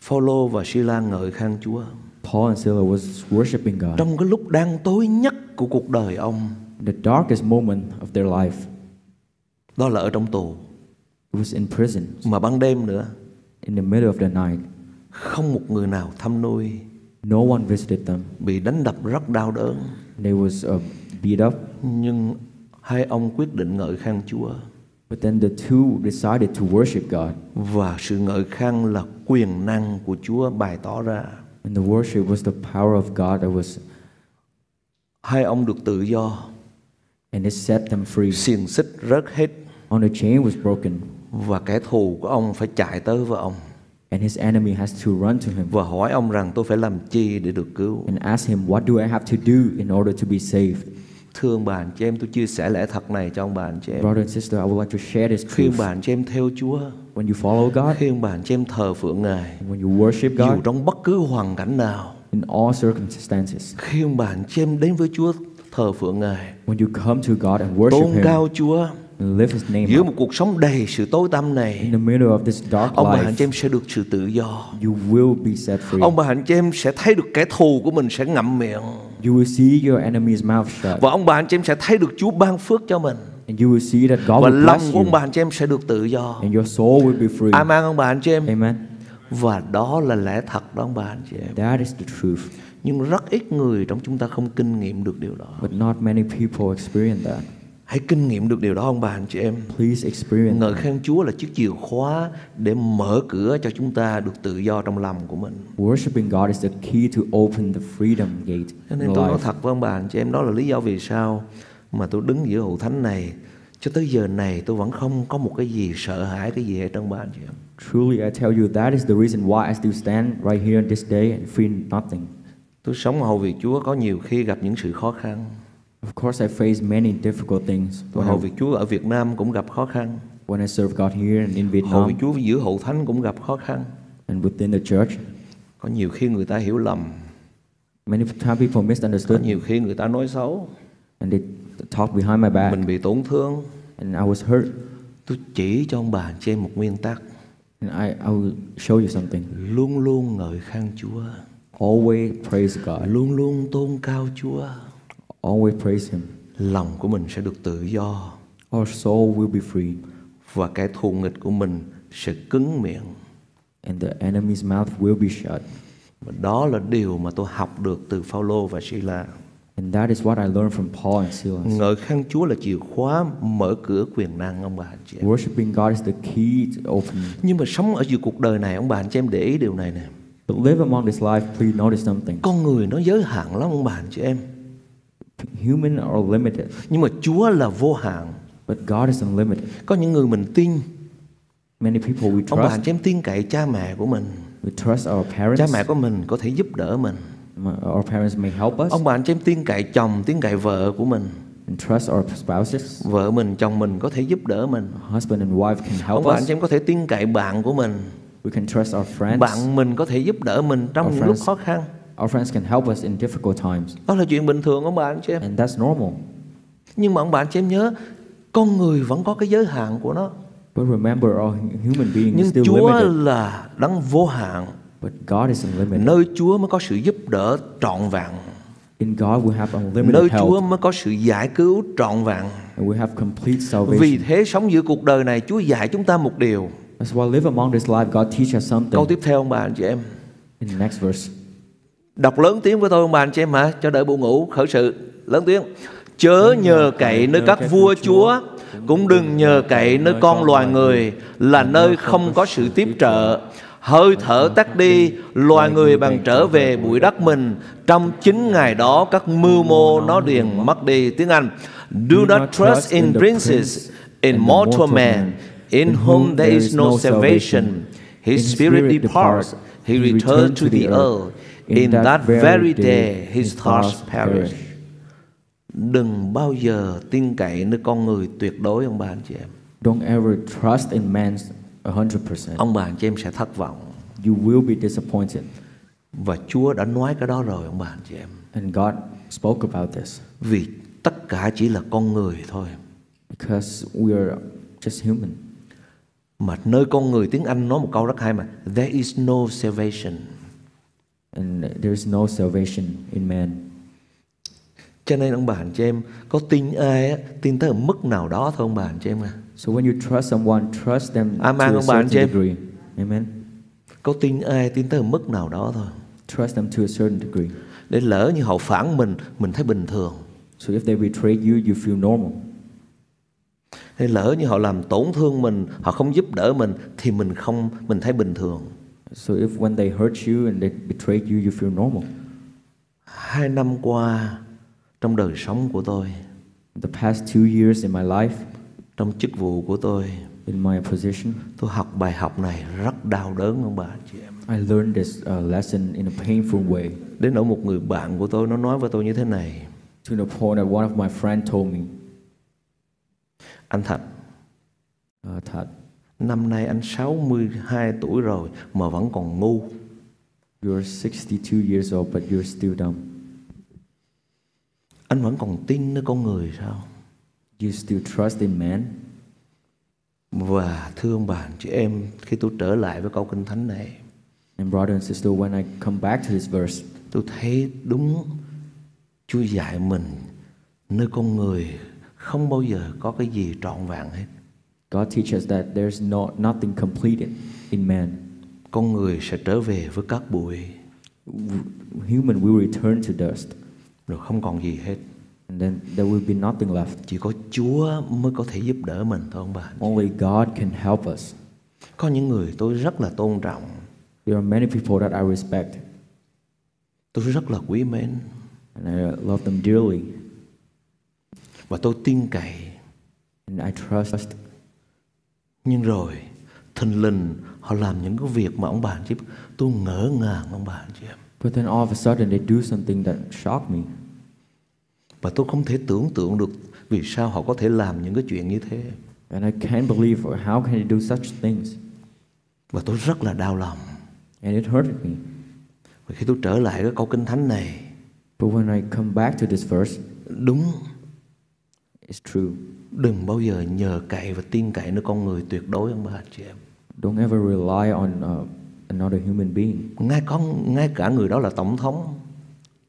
Speaker 2: Phaolô và Sila ngợi khen Chúa
Speaker 3: Paul and Silas was worshiping God.
Speaker 2: trong cái lúc đang tối nhất của cuộc đời ông
Speaker 3: The darkest moment of their life
Speaker 2: đó là ở trong tù
Speaker 3: it was in prison,
Speaker 2: mà ban đêm nữa
Speaker 3: in the middle of the night.
Speaker 2: không một người nào thăm nuôi
Speaker 3: No one visited them.
Speaker 2: bị đánh đập rất đau đớn
Speaker 3: They was uh, beat up.
Speaker 2: nhưng hai ông quyết định ngợi khen Chúa
Speaker 3: But then the two decided to worship God,
Speaker 2: và sự ngợi khen là quyền năng của Chúa bày tỏ ra
Speaker 3: and the worship was the power of God that was,
Speaker 2: hai ông được tự do
Speaker 3: and it set them free.
Speaker 2: xiềng xích rớt hết
Speaker 3: On the chain was broken,
Speaker 2: và kẻ thù của ông phải chạy tới với ông
Speaker 3: and his enemy has to run to him
Speaker 2: và hỏi ông rằng tôi phải làm chi để được cứu
Speaker 3: and ask him, "What do I have to do in order to be saved?"
Speaker 2: Thưa ông bà anh chị em tôi chia sẻ lẽ thật này cho ông bà anh chị em
Speaker 3: Brother and sister, I would like to share this
Speaker 2: Khi ông
Speaker 3: truth.
Speaker 2: bà anh chị em theo Chúa
Speaker 3: When you follow God,
Speaker 2: Khi ông bà anh chị em thờ phượng Ngài
Speaker 3: when you worship
Speaker 2: Dù
Speaker 3: God
Speaker 2: trong bất cứ hoàn cảnh nào
Speaker 3: in all circumstances,
Speaker 2: Khi ông bà anh chị em đến với Chúa thờ phượng Ngài
Speaker 3: when you come to God and worship
Speaker 2: Tôn
Speaker 3: Him
Speaker 2: cao Chúa
Speaker 3: and lift His name
Speaker 2: Giữa
Speaker 3: up,
Speaker 2: một cuộc sống đầy sự tối tăm
Speaker 3: in
Speaker 2: này
Speaker 3: the middle of this dark
Speaker 2: Ông bà anh
Speaker 3: life,
Speaker 2: chị em sẽ được sự tự do
Speaker 3: you will be set free.
Speaker 2: Ông bà anh chị em sẽ thấy được kẻ thù của mình sẽ ngậm miệng
Speaker 3: You will see your enemy's mouth shut,
Speaker 2: Và ông bà anh chị em sẽ thấy được Chúa ban phước cho mình
Speaker 3: and you will see that God
Speaker 2: Và
Speaker 3: will
Speaker 2: lòng
Speaker 3: bless
Speaker 2: của ông
Speaker 3: you,
Speaker 2: bà anh chị em sẽ được tự do
Speaker 3: and your soul will be free.
Speaker 2: Amen ông bà anh chị em
Speaker 3: Amen.
Speaker 2: Và đó là lẽ thật đó ông bà anh chị em
Speaker 3: That is the truth.
Speaker 2: Nhưng rất ít người trong chúng ta không kinh nghiệm được điều đó
Speaker 3: But not many people experience that.
Speaker 2: Hãy kinh nghiệm được điều đó ông bà anh chị em
Speaker 3: Please experience
Speaker 2: Ngợi khen Chúa là chiếc chìa khóa để mở cửa cho chúng ta được tự do trong lòng của mình
Speaker 3: Worshipping God is the key to open the freedom gate
Speaker 2: Cho
Speaker 3: in
Speaker 2: nên tôi nói
Speaker 3: life.
Speaker 2: thật với ông bà anh chị em Đó là lý do vì sao mà tôi đứng giữa hậu thánh này Cho tới giờ này tôi vẫn không có một cái gì sợ hãi cái gì hết ông bà anh chị em
Speaker 3: Truly, I tell you, that is the reason why I still stand right here on this day and fear nothing.
Speaker 2: Tôi sống hầu vì Chúa có nhiều khi gặp những sự khó khăn
Speaker 3: Of course, I face many difficult things
Speaker 2: Tôi
Speaker 3: when I,
Speaker 2: hầu việc Chúa ở Việt Nam cũng gặp khó khăn
Speaker 3: when I serve God here and in
Speaker 2: Hầu việc
Speaker 3: Vietnam
Speaker 2: Chúa giữa hậu thánh cũng gặp khó khăn
Speaker 3: and within the church.
Speaker 2: Có nhiều khi người ta hiểu lầm
Speaker 3: Many times people
Speaker 2: Có
Speaker 3: misunderstood
Speaker 2: nhiều khi người ta nói xấu
Speaker 3: and they talk behind my back,
Speaker 2: Mình bị tổn thương
Speaker 3: and I was hurt.
Speaker 2: Tôi chỉ cho ông bà anh chị em một nguyên tắc
Speaker 3: And I, I will show you something.
Speaker 2: Luôn luôn ngợi khen Chúa
Speaker 3: Always praise God.
Speaker 2: Luôn luôn tôn cao Chúa
Speaker 3: Always praise Him.
Speaker 2: Lòng của mình sẽ được tự do
Speaker 3: Our soul will be free,
Speaker 2: Và kẻ thù nghịch của mình sẽ cứng miệng
Speaker 3: and the enemy's mouth will be shut.
Speaker 2: Và đó là điều mà tôi học được từ Phaolô và Sila
Speaker 3: And that is what I learned from Paul and Silas.
Speaker 2: Ngợi khen Chúa là chìa khóa mở cửa quyền năng ông bà anh chị em
Speaker 3: Worshipping God is the key to open.
Speaker 2: Nhưng mà sống ở giữa cuộc đời này ông bà anh chị em để ý điều này nè
Speaker 3: But live among this life, please notice something.
Speaker 2: Con người nó giới hạn lắm ông bà anh chị em
Speaker 3: Human are limited,
Speaker 2: Nhưng mà Chúa là vô hạn
Speaker 3: but God is unlimited.
Speaker 2: Có những người mình tin
Speaker 3: Many people we
Speaker 2: Ông bà anh
Speaker 3: trust,
Speaker 2: chị em tin cậy cha mẹ của mình
Speaker 3: we trust our parents.
Speaker 2: Cha mẹ của mình có thể giúp đỡ mình
Speaker 3: My- Our parents may help us
Speaker 2: Ông bà anh chị em tin cậy chồng, tin cậy vợ của mình
Speaker 3: and trust our spouses.
Speaker 2: Vợ mình, chồng mình có thể giúp đỡ mình
Speaker 3: Husband and wife can
Speaker 2: Ông
Speaker 3: help
Speaker 2: bà anh
Speaker 3: us.
Speaker 2: chị em có thể tin cậy bạn của mình
Speaker 3: We can trust our friends.
Speaker 2: Bạn mình có thể giúp đỡ mình trong
Speaker 3: Our
Speaker 2: những lúc
Speaker 3: friends.
Speaker 2: khó khăn
Speaker 3: Our friends can help us in difficult times,
Speaker 2: Đó là chuyện bình thường ông bà anh chị em
Speaker 3: and that's normal.
Speaker 2: Nhưng mà ông bà anh chị em nhớ Con người vẫn có cái giới hạn của nó
Speaker 3: But remember, all hu- human beings is
Speaker 2: Nhưng
Speaker 3: still
Speaker 2: Chúa
Speaker 3: limited,
Speaker 2: là đấng vô hạn
Speaker 3: but God is unlimited.
Speaker 2: Nơi Chúa mới có sự giúp đỡ trọn vẹn
Speaker 3: In God, we have
Speaker 2: Nơi
Speaker 3: unlimited
Speaker 2: Chúa
Speaker 3: help,
Speaker 2: mới có sự giải cứu trọn vẹn
Speaker 3: and we have complete salvation.
Speaker 2: Vì thế sống giữa cuộc đời này Chúa dạy chúng ta một điều
Speaker 3: That's why live among this life. God teach us
Speaker 2: Câu
Speaker 3: something
Speaker 2: tiếp theo ông bà anh chị em
Speaker 3: in the next verse.
Speaker 2: Đọc lớn tiếng với tôi ông bà anh chị em hả Cho đỡ bộ ngủ khởi sự Lớn tiếng Chớ nhờ cậy nơi các vua chúa Cũng đừng nhờ cậy nơi con loài người Là nơi không có sự tiếp trợ Hơi thở tắt đi Loài người bằng trở về bụi đất mình Trong chính ngày đó Các mưu mô nó điền mất đi Tiếng Anh Do not trust in princes In mortal men In whom there is no salvation His spirit departs He returns to the earth In that very day His thoughts perish Đừng bao giờ tin cậy nơi con người tuyệt đối ông bà anh chị em.
Speaker 3: Don't ever trust in man 100%.
Speaker 2: Ông bà anh chị em sẽ thất vọng.
Speaker 3: You will be disappointed.
Speaker 2: Và Chúa đã nói cái đó rồi ông bà anh chị em.
Speaker 3: And God spoke about this
Speaker 2: Vì tất cả chỉ là con người thôi.
Speaker 3: because we are just human.
Speaker 2: Mà nơi con người tiếng Anh nói một câu rất hay mà There is no salvation.
Speaker 3: And there is no salvation in man.
Speaker 2: Cho nên ông bà anh chị em có tin ai á, tin tới một mức nào đó thôi ông bà anh chị em à.
Speaker 3: So when you trust someone, trust them
Speaker 2: Amen,
Speaker 3: to
Speaker 2: ông
Speaker 3: a
Speaker 2: bà anh
Speaker 3: certain
Speaker 2: chị em.
Speaker 3: degree. Amen.
Speaker 2: Có tin ai tin tới một mức nào đó thôi.
Speaker 3: Trust them to a certain degree.
Speaker 2: Để lỡ như họ phản mình, mình thấy bình thường.
Speaker 3: So if they betray you, you feel normal.
Speaker 2: Hay lỡ như họ làm tổn thương mình, họ không giúp đỡ mình thì mình không mình thấy bình thường.
Speaker 3: So if when they hurt you and they betray you, you feel normal.
Speaker 2: Hai năm qua trong đời sống của tôi,
Speaker 3: The past two years in my life,
Speaker 2: trong chức vụ của tôi,
Speaker 3: in my position,
Speaker 2: tôi học bài học này rất đau đớn ông bà chị em.
Speaker 3: I learned this uh, lesson in a painful way.
Speaker 2: Đến nỗi một người bạn của tôi nó nói với tôi như thế này,
Speaker 3: To the point that one of my friends told me,
Speaker 2: anh Thạch,
Speaker 3: uh, Thad,
Speaker 2: năm nay anh 62 tuổi rồi mà vẫn còn ngu.
Speaker 3: you're 62 years old, but you're still dumb.
Speaker 2: Anh vẫn còn tin nơi con người sao?
Speaker 3: You still trust in man?
Speaker 2: Và thưa ông bà chị em, khi tôi trở lại với câu kinh thánh này,
Speaker 3: And brother and sister, when I come back to this verse,
Speaker 2: tôi thấy đúng Chúa dạy mình nơi con người không bao giờ có cái gì trọn vẹn hết.
Speaker 3: God teaches that there's no, nothing completed in man.
Speaker 2: Con người sẽ trở về với các bụi
Speaker 3: W- Human will return to dust,
Speaker 2: rồi không còn gì hết.
Speaker 3: and then there will be nothing left.
Speaker 2: Chỉ có Chúa mới có thể giúp đỡ mình thôi ông bà.
Speaker 3: Only God can help us.
Speaker 2: Có những người tôi rất là tôn trọng,
Speaker 3: There are many people that I respect,
Speaker 2: tôi rất là quý mến
Speaker 3: and I love them dearly,
Speaker 2: và tôi tin cậy.
Speaker 3: and I trust.
Speaker 2: Nhưng rồi thình lình họ làm những cái việc mà ông bà chị tôi ngỡ ngàng ông bà chị em.
Speaker 3: But then all of a sudden, they do something that shocked me,
Speaker 2: Và tôi không thể tưởng tượng được vì sao họ có thể làm những cái chuyện như thế.
Speaker 3: and I can't believe how can they do such things.
Speaker 2: Và tôi rất là đau lòng.
Speaker 3: And it hurted me.
Speaker 2: Và khi tôi trở lại cái câu kinh thánh này,
Speaker 3: But when I come back to this verse,
Speaker 2: đúng
Speaker 3: it's true.
Speaker 2: đừng bao giờ nhờ cậy và tin cậy nơi con người tuyệt đối ông bà chị em.
Speaker 3: Don't ever rely on uh, another human being,
Speaker 2: Ngay con ngay cả người đó là tổng thống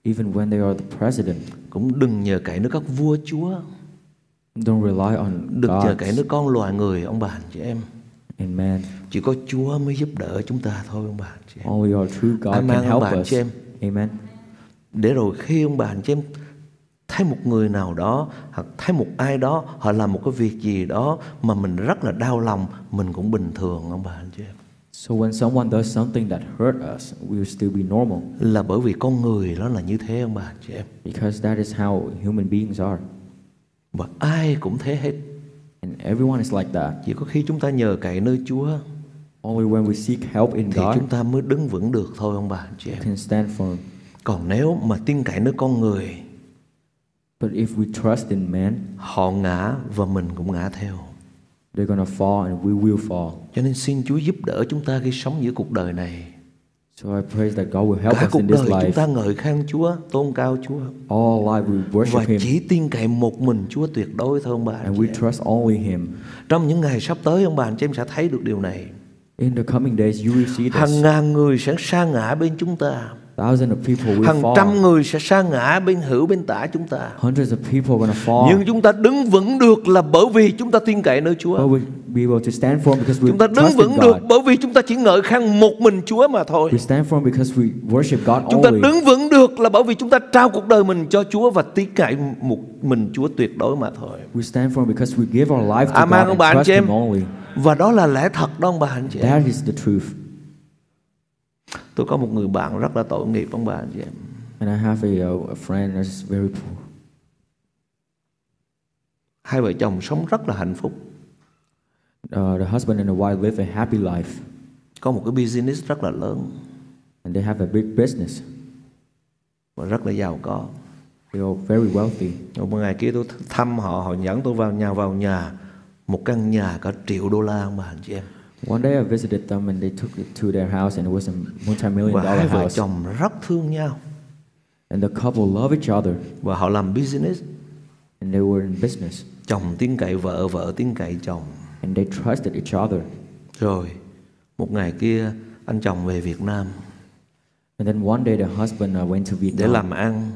Speaker 3: even when they are the president.
Speaker 2: cũng đừng nhờ cậy nơi các vua chúa,
Speaker 3: Don't rely on
Speaker 2: đừng nhờ
Speaker 3: God
Speaker 2: cậy nơi con loài người ông bà chị em.
Speaker 3: and man.
Speaker 2: Chỉ có Chúa mới giúp đỡ chúng ta thôi ông bà chị em.
Speaker 3: Only our true God
Speaker 2: Amen,
Speaker 3: can help
Speaker 2: ông bà
Speaker 3: us.
Speaker 2: chị em.
Speaker 3: Amen.
Speaker 2: Để rồi khi ông bà chị em thấy một người nào đó hoặc thấy một ai đó họ làm một cái việc gì đó mà mình rất là đau lòng mình cũng bình thường ông bà anh chị em
Speaker 3: So when someone does something that hurt us, we will still be normal
Speaker 2: là bởi vì con người nó là như thế ông bà anh chị em
Speaker 3: because that is how human beings are.
Speaker 2: và ai cũng thế hết
Speaker 3: And everyone is like that.
Speaker 2: chỉ có khi chúng ta nhờ cậy nơi Chúa
Speaker 3: Only when we seek help in
Speaker 2: thì chúng
Speaker 3: God
Speaker 2: ta mới đứng vững được thôi ông bà anh chị
Speaker 3: we
Speaker 2: em
Speaker 3: can stand firm.
Speaker 2: còn nếu mà tin cậy nơi con người
Speaker 3: But if we trust in man,
Speaker 2: họ ngã và mình cũng ngã theo
Speaker 3: they're going to fall and we will fall.
Speaker 2: cho nên xin Chúa giúp đỡ chúng ta khi sống giữa cuộc đời này
Speaker 3: So I pray that God will help
Speaker 2: cả
Speaker 3: us
Speaker 2: cuộc
Speaker 3: in this
Speaker 2: đời chúng
Speaker 3: life.
Speaker 2: ta ngợi khen Chúa tôn cao Chúa
Speaker 3: All life we worship
Speaker 2: và
Speaker 3: Him
Speaker 2: chỉ tin cậy một mình Chúa tuyệt đối thôi ông bà anh
Speaker 3: and
Speaker 2: chị
Speaker 3: we
Speaker 2: em.
Speaker 3: trust only Him.
Speaker 2: Trong những ngày sắp tới ông bà anh chị em sẽ thấy được điều này.
Speaker 3: In the coming days, you will see
Speaker 2: Hàng
Speaker 3: this.
Speaker 2: ngàn người sẽ sa ngã bên chúng ta.
Speaker 3: Thousands of people will
Speaker 2: Hàng trăm
Speaker 3: fall.
Speaker 2: người sẽ sa ngã bên hữu bên tả chúng ta.
Speaker 3: Hundreds of people are going to fall.
Speaker 2: Nhưng chúng ta đứng vững được là bởi vì chúng ta tin cậy nơi
Speaker 3: But
Speaker 2: Chúa.
Speaker 3: we'll be able to stand firm because we
Speaker 2: Chúng ta đứng
Speaker 3: trust in
Speaker 2: vững được
Speaker 3: God.
Speaker 2: bởi vì chúng ta chỉ ngợi khen một mình Chúa mà thôi.
Speaker 3: We stand firm because we worship God
Speaker 2: Chúng ta
Speaker 3: only.
Speaker 2: đứng vững được là bởi vì chúng ta trao cuộc đời mình cho Chúa và tin cậy một mình Chúa tuyệt đối mà thôi.
Speaker 3: We stand firm because we give our life to
Speaker 2: Amen
Speaker 3: God
Speaker 2: ông
Speaker 3: and
Speaker 2: bà anh
Speaker 3: trust
Speaker 2: chị em.
Speaker 3: Him only.
Speaker 2: Và đó là lẽ thật đó ông bà anh chị em.
Speaker 3: That is the truth.
Speaker 2: Tôi có một người bạn rất là tội nghiệp ông bà anh chị em.
Speaker 3: And I have a, uh, a friend that's very poor.
Speaker 2: Hai vợ chồng sống rất là hạnh phúc.
Speaker 3: Uh, the husband and the wife live a happy life,
Speaker 2: có một cái business rất là lớn
Speaker 3: and they have a big business.
Speaker 2: và rất là giàu có
Speaker 3: They are very wealthy.
Speaker 2: rồi một ngày kia tôi th- thăm họ họ dẫn tôi vào nhà vào nhà một căn nhà cả triệu đô la ông bà anh chị em
Speaker 3: One day I visited them and they took it to their house and it was a multi-million
Speaker 2: và hai
Speaker 3: dollar
Speaker 2: vợ
Speaker 3: house.
Speaker 2: chồng rất thương nhau
Speaker 3: And the couple love each other
Speaker 2: và họ làm business
Speaker 3: and they were in business
Speaker 2: chồng tin cậy vợ vợ tin cậy chồng
Speaker 3: and they trusted each other.
Speaker 2: rồi một ngày kia anh chồng về Việt Nam
Speaker 3: And then one day the husband uh, went to
Speaker 2: để
Speaker 3: Vietnam
Speaker 2: làm ăn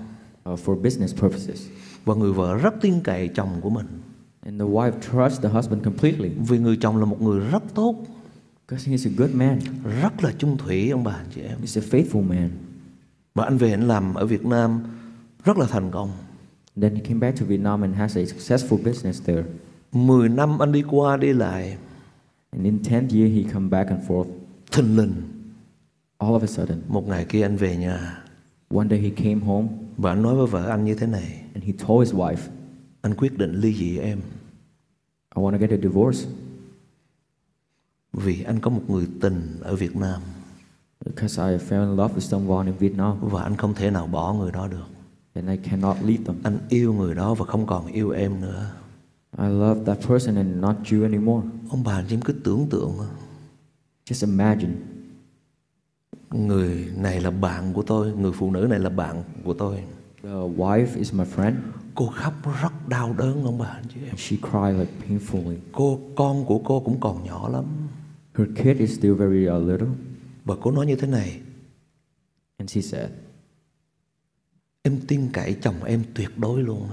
Speaker 3: uh, for business purposes.
Speaker 2: và người vợ rất tin cậy chồng của mình
Speaker 3: And the wife trusts the husband completely
Speaker 2: vì người chồng là một người rất tốt
Speaker 3: because he's a good man.
Speaker 2: rất là chung thủy ông bà anh chị em
Speaker 3: He's a faithful man.
Speaker 2: và anh về anh làm ở Việt Nam rất là thành công
Speaker 3: Then he came back to Vietnam and has a successful business there.
Speaker 2: 10 năm anh đi qua đi lại
Speaker 3: And in 10th year he come back and forth.
Speaker 2: thình lình
Speaker 3: All of a sudden,
Speaker 2: một ngày kia anh về nhà
Speaker 3: one day he came home
Speaker 2: và anh nói với vợ anh như thế này
Speaker 3: and he told his wife,
Speaker 2: anh quyết định ly dị em
Speaker 3: I want to get a divorce
Speaker 2: vì anh có một người tình ở Việt Nam
Speaker 3: because I fell in love with someone in Vietnam
Speaker 2: và anh không thể nào bỏ người đó được
Speaker 3: and I cannot leave them.
Speaker 2: anh yêu người đó và không còn yêu em nữa
Speaker 3: I love that person and not you anymore.
Speaker 2: ông bà anh em cứ tưởng tượng
Speaker 3: Just imagine
Speaker 2: người này là bạn của tôi người phụ nữ này là bạn của tôi
Speaker 3: the wife is my friend
Speaker 2: cô khóc rất đau đớn ông bà anh chị em
Speaker 3: and she cried like painfully.
Speaker 2: cô con của cô cũng còn nhỏ lắm
Speaker 3: Her kid is still very uh, little
Speaker 2: và cô nói như thế này
Speaker 3: and she said,
Speaker 2: em tin cậy chồng em tuyệt đối luôn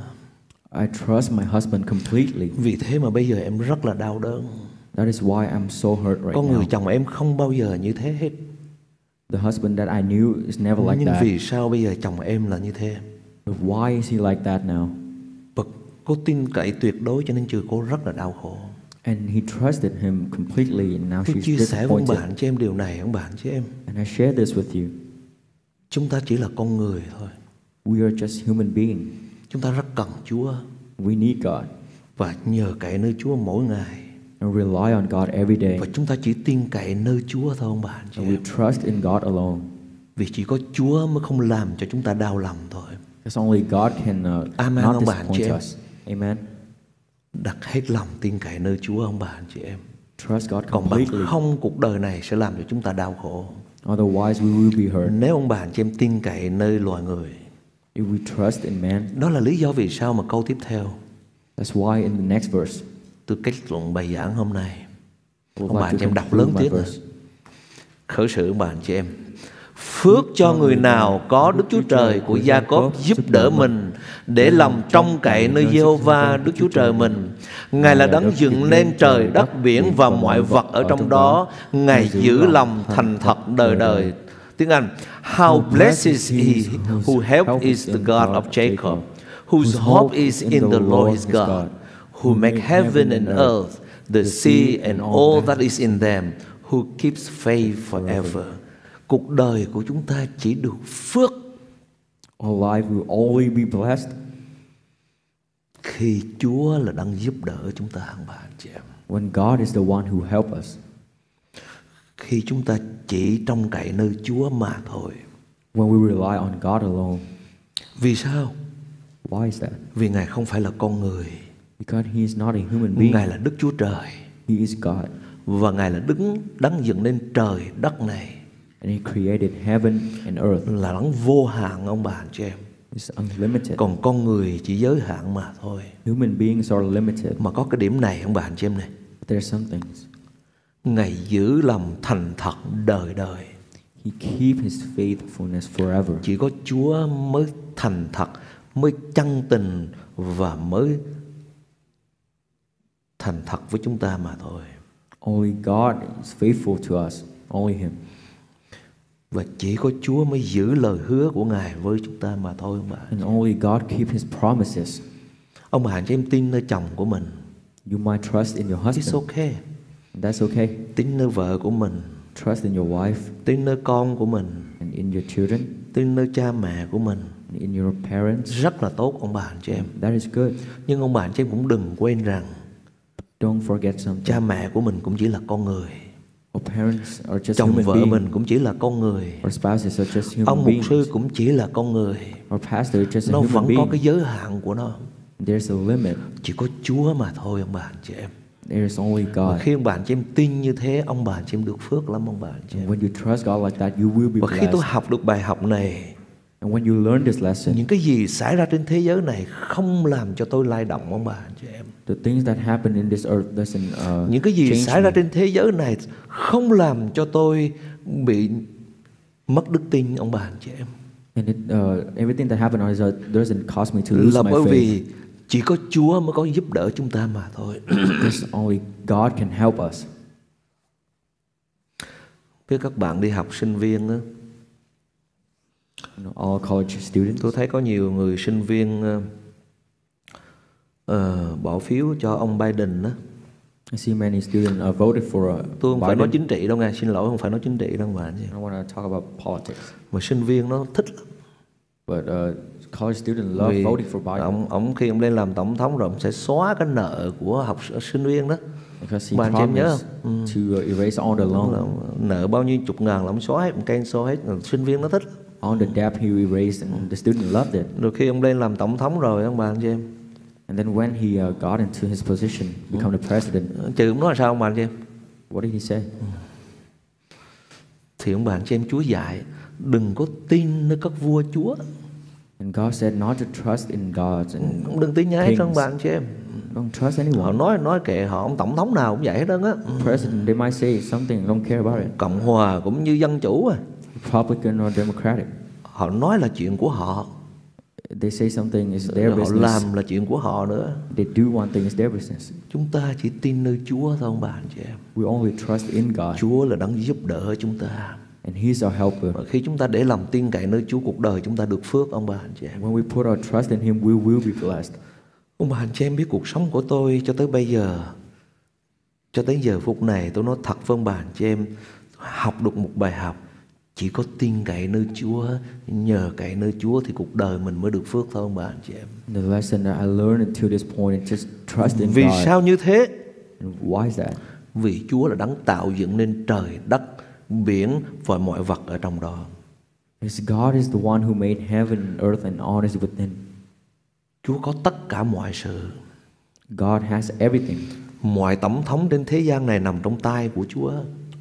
Speaker 3: I trust my husband completely.
Speaker 2: vì thế mà bây giờ em rất là đau đớn
Speaker 3: That is why I'm so hurt right
Speaker 2: con người
Speaker 3: now.
Speaker 2: chồng em không bao giờ như thế hết
Speaker 3: The husband that I knew is never like
Speaker 2: nhưng
Speaker 3: that.
Speaker 2: vì sao bây giờ chồng em là như thế
Speaker 3: But why is he like that now?
Speaker 2: và cô tin cậy tuyệt đối cho nên trừ cô rất là đau khổ
Speaker 3: And he trusted him completely, and now
Speaker 2: tôi
Speaker 3: she's
Speaker 2: chia sẻ với ông
Speaker 3: disappointed.
Speaker 2: bạn cho em điều này ông bạn cho em
Speaker 3: And I share this with you.
Speaker 2: chúng ta chỉ là con người thôi
Speaker 3: We are just human beings.
Speaker 2: chúng ta rất cần Chúa
Speaker 3: We need God
Speaker 2: và nhờ cậy nơi Chúa mỗi ngày
Speaker 3: and rely on God every day.
Speaker 2: và chúng ta chỉ tin cậy nơi Chúa thôi ông bạn chị
Speaker 3: And we
Speaker 2: em
Speaker 3: trust in God alone.
Speaker 2: vì chỉ có Chúa mới không làm cho chúng ta đau lòng thôi
Speaker 3: Because only God can uh,
Speaker 2: Amen,
Speaker 3: not
Speaker 2: ông bà anh chị
Speaker 3: disappoint
Speaker 2: em.
Speaker 3: us. Amen.
Speaker 2: đặt hết lòng tin cậy nơi Chúa ông bạn chị em
Speaker 3: Trust God
Speaker 2: còn bằng
Speaker 3: completely.
Speaker 2: không cuộc đời này sẽ làm cho chúng ta đau khổ
Speaker 3: Otherwise, we will be hurt.
Speaker 2: nếu ông bạn chị em tin cậy nơi loài người
Speaker 3: If we trust in man,
Speaker 2: đó là lý do vì sao mà câu tiếp theo
Speaker 3: that's why in the next verse,
Speaker 2: tôi kết luận bài giảng hôm nay
Speaker 3: I would
Speaker 2: ông
Speaker 3: like
Speaker 2: bạn
Speaker 3: to
Speaker 2: chị em đọc
Speaker 3: conclude
Speaker 2: lớn
Speaker 3: my
Speaker 2: tiếng
Speaker 3: verse.
Speaker 2: khởi sự ông bạn chị em phước cho người nào có đức chúa trời của gia cốp giúp đỡ mình để lòng trông cậy nơi Giê-hô-va đức chúa trời mình ngài là đấng dựng nên trời đất biển và mọi vật ở trong đó ngài giữ lòng thành thật đời đời tiếng anh how blessed is he who help is the god of Jacob whose hope is in the Lord his God who make heaven and earth the sea and all that is in them who keeps faith forever cuộc đời của chúng ta chỉ được phước
Speaker 3: Our life will only be blessed
Speaker 2: khi Chúa là đang giúp đỡ chúng ta hàng bà anh chị em
Speaker 3: when God is the one who help us.
Speaker 2: khi chúng ta chỉ trông cậy nơi Chúa mà thôi
Speaker 3: When we rely on God alone.
Speaker 2: vì sao
Speaker 3: Why is that?
Speaker 2: vì ngài không phải là con người
Speaker 3: Because He is not a human being.
Speaker 2: ngài là Đức Chúa Trời
Speaker 3: He is God.
Speaker 2: và ngài là đứng đấng dựng nên trời đất này
Speaker 3: And He created heaven and earth.
Speaker 2: là đấng vô hạn ông bà anh chị em
Speaker 3: It's unlimited.
Speaker 2: còn con người chỉ giới hạn mà thôi
Speaker 3: Human beings are limited.
Speaker 2: mà có cái điểm này ông bà anh chị em này
Speaker 3: But there are some things.
Speaker 2: Ngài giữ lòng thành thật đời đời
Speaker 3: He keep His faithfulness forever.
Speaker 2: Chỉ có Chúa mới thành thật Mới chân tình Và mới Thành thật với chúng ta mà thôi
Speaker 3: Only God is faithful to us. Only Him.
Speaker 2: Và chỉ có Chúa mới giữ lời hứa của Ngài với chúng ta mà thôi ông bà
Speaker 3: And only God keep His promises.
Speaker 2: Ông bà cho em tin nơi chồng của mình
Speaker 3: You might trust in your
Speaker 2: It's
Speaker 3: husband.
Speaker 2: okay
Speaker 3: That's okay.
Speaker 2: Tin nơi vợ của mình
Speaker 3: Trust in your wife
Speaker 2: Tin nơi con của mình
Speaker 3: and in your children
Speaker 2: Tin nơi cha mẹ của mình
Speaker 3: and in your parents.
Speaker 2: Rất là tốt ông bà cho em
Speaker 3: That is good.
Speaker 2: Nhưng ông bà cho em cũng đừng quên rằng
Speaker 3: Don't forget something.
Speaker 2: Cha mẹ của mình cũng chỉ là con người
Speaker 3: Our parents are just
Speaker 2: chồng
Speaker 3: human
Speaker 2: vợ
Speaker 3: beings.
Speaker 2: mình cũng chỉ là con người
Speaker 3: Our spouses are just human
Speaker 2: ông mục
Speaker 3: beings.
Speaker 2: sư cũng chỉ là con người
Speaker 3: Our pastor is just a
Speaker 2: nó
Speaker 3: human
Speaker 2: vẫn có
Speaker 3: being.
Speaker 2: cái giới hạn của nó
Speaker 3: There's a limit.
Speaker 2: chỉ có chúa mà thôi ông bà anh chị em
Speaker 3: There is only
Speaker 2: Và
Speaker 3: God.
Speaker 2: khi ông bạn chị em tin như thế, ông bạn chị em được phước lắm ông bạn chị em.
Speaker 3: And when you trust God like that, you will be
Speaker 2: Và khi tôi
Speaker 3: blessed.
Speaker 2: học được bài học này,
Speaker 3: And when you learn this lesson,
Speaker 2: những cái gì xảy ra trên thế giới này không làm cho tôi lay động ông bạn chị em.
Speaker 3: the things that happen in this earth doesn't uh,
Speaker 2: Những cái gì
Speaker 3: change
Speaker 2: xảy ra
Speaker 3: me.
Speaker 2: trên thế giới này không làm cho tôi bị mất đức tin ông bạn chị em.
Speaker 3: And it, uh, everything that happened on this earth doesn't cause me to lose
Speaker 2: Là
Speaker 3: my
Speaker 2: bởi
Speaker 3: faith.
Speaker 2: vì chỉ có Chúa mới có giúp đỡ chúng ta mà thôi.
Speaker 3: Because only God can help us.
Speaker 2: Với các bạn đi học sinh viên á,
Speaker 3: You know, all college students.
Speaker 2: tôi thấy có nhiều người sinh viên ờ, ờ, bỏ phiếu cho ông Biden á.
Speaker 3: I see many students uh, voted for uh,
Speaker 2: Tôi không phải nói
Speaker 3: Biden.
Speaker 2: chính trị đâu nghe, xin lỗi không phải nói chính trị đâu mà.
Speaker 3: I don't want to talk about politics,
Speaker 2: Mà sinh viên nó thích lắm.
Speaker 3: but uh, college students love
Speaker 2: Vì
Speaker 3: voting for Biden
Speaker 2: Ông, ông khi ông lên làm tổng thống rồi ông sẽ xóa cái nợ của học s- sinh viên đó.
Speaker 3: because he
Speaker 2: Bạn chị em nhớ
Speaker 3: promised to uh, erase all the
Speaker 2: Ông là
Speaker 3: loan,
Speaker 2: ông nợ bao nhiêu chục ngàn là ông xóa hết, ông cancel hết, rồi sinh viên nó thích. lắm.
Speaker 3: all the debt he erased, and the student loved it.
Speaker 2: Rồi khi ông lên làm tổng thống rồi ông bà anh chị em,
Speaker 3: And then when he uh, got into his position, become the president,
Speaker 2: trừ ông nói là sao ông bà anh chị em?
Speaker 3: what did he say?
Speaker 2: Thì ông bà anh chị em Chúa dạy, đừng có tin nơi các vua Chúa.
Speaker 3: And God said not to trust in God and
Speaker 2: Ông đừng tin nhái hết
Speaker 3: Kings.
Speaker 2: ông bà anh chị em.
Speaker 3: don't trust
Speaker 2: Họ
Speaker 3: anyone.
Speaker 2: nói nói kệ họ, ông tổng thống nào cũng vậy hết trơn á. Ừ,
Speaker 3: Mm. President, they might say something, don't care about it.
Speaker 2: Cộng hòa cũng như dân chủ à.
Speaker 3: Republican or Democratic,
Speaker 2: Họ nói là chuyện của họ,
Speaker 3: they say something is their
Speaker 2: rồi họ
Speaker 3: business.
Speaker 2: làm là chuyện của họ nữa.
Speaker 3: They do one thing is their business.
Speaker 2: Chúng ta chỉ tin nơi Chúa thôi ông bà anh chị em.
Speaker 3: We only trust in God,
Speaker 2: Chúa là đấng giúp đỡ chúng ta.
Speaker 3: and He's our helper.
Speaker 2: Và khi chúng ta để lòng tin cậy nơi Chúa cuộc đời chúng ta được phước ông bà anh chị em.
Speaker 3: When we put our trust in Him, we will be blessed.
Speaker 2: Ông bà anh chị em biết cuộc sống của tôi cho tới bây giờ cho tới giờ phút này tôi nói thật với ông bà anh chị em học được một bài học chỉ có tin cậy nơi Chúa nhờ cậy nơi Chúa thì cuộc đời mình mới được phước thôi ông bà anh chị em.
Speaker 3: The lesson that I learned until this point is just trust in
Speaker 2: Vì
Speaker 3: God.
Speaker 2: sao như thế?
Speaker 3: And why is that?
Speaker 2: Vì Chúa là đấng tạo dựng nên trời đất biển và mọi vật ở trong đó.
Speaker 3: Because God is the one who made heaven and earth and all is within.
Speaker 2: Chúa có tất cả mọi sự.
Speaker 3: God has everything.
Speaker 2: Mọi tổng thống trên thế gian này nằm trong tay của Chúa.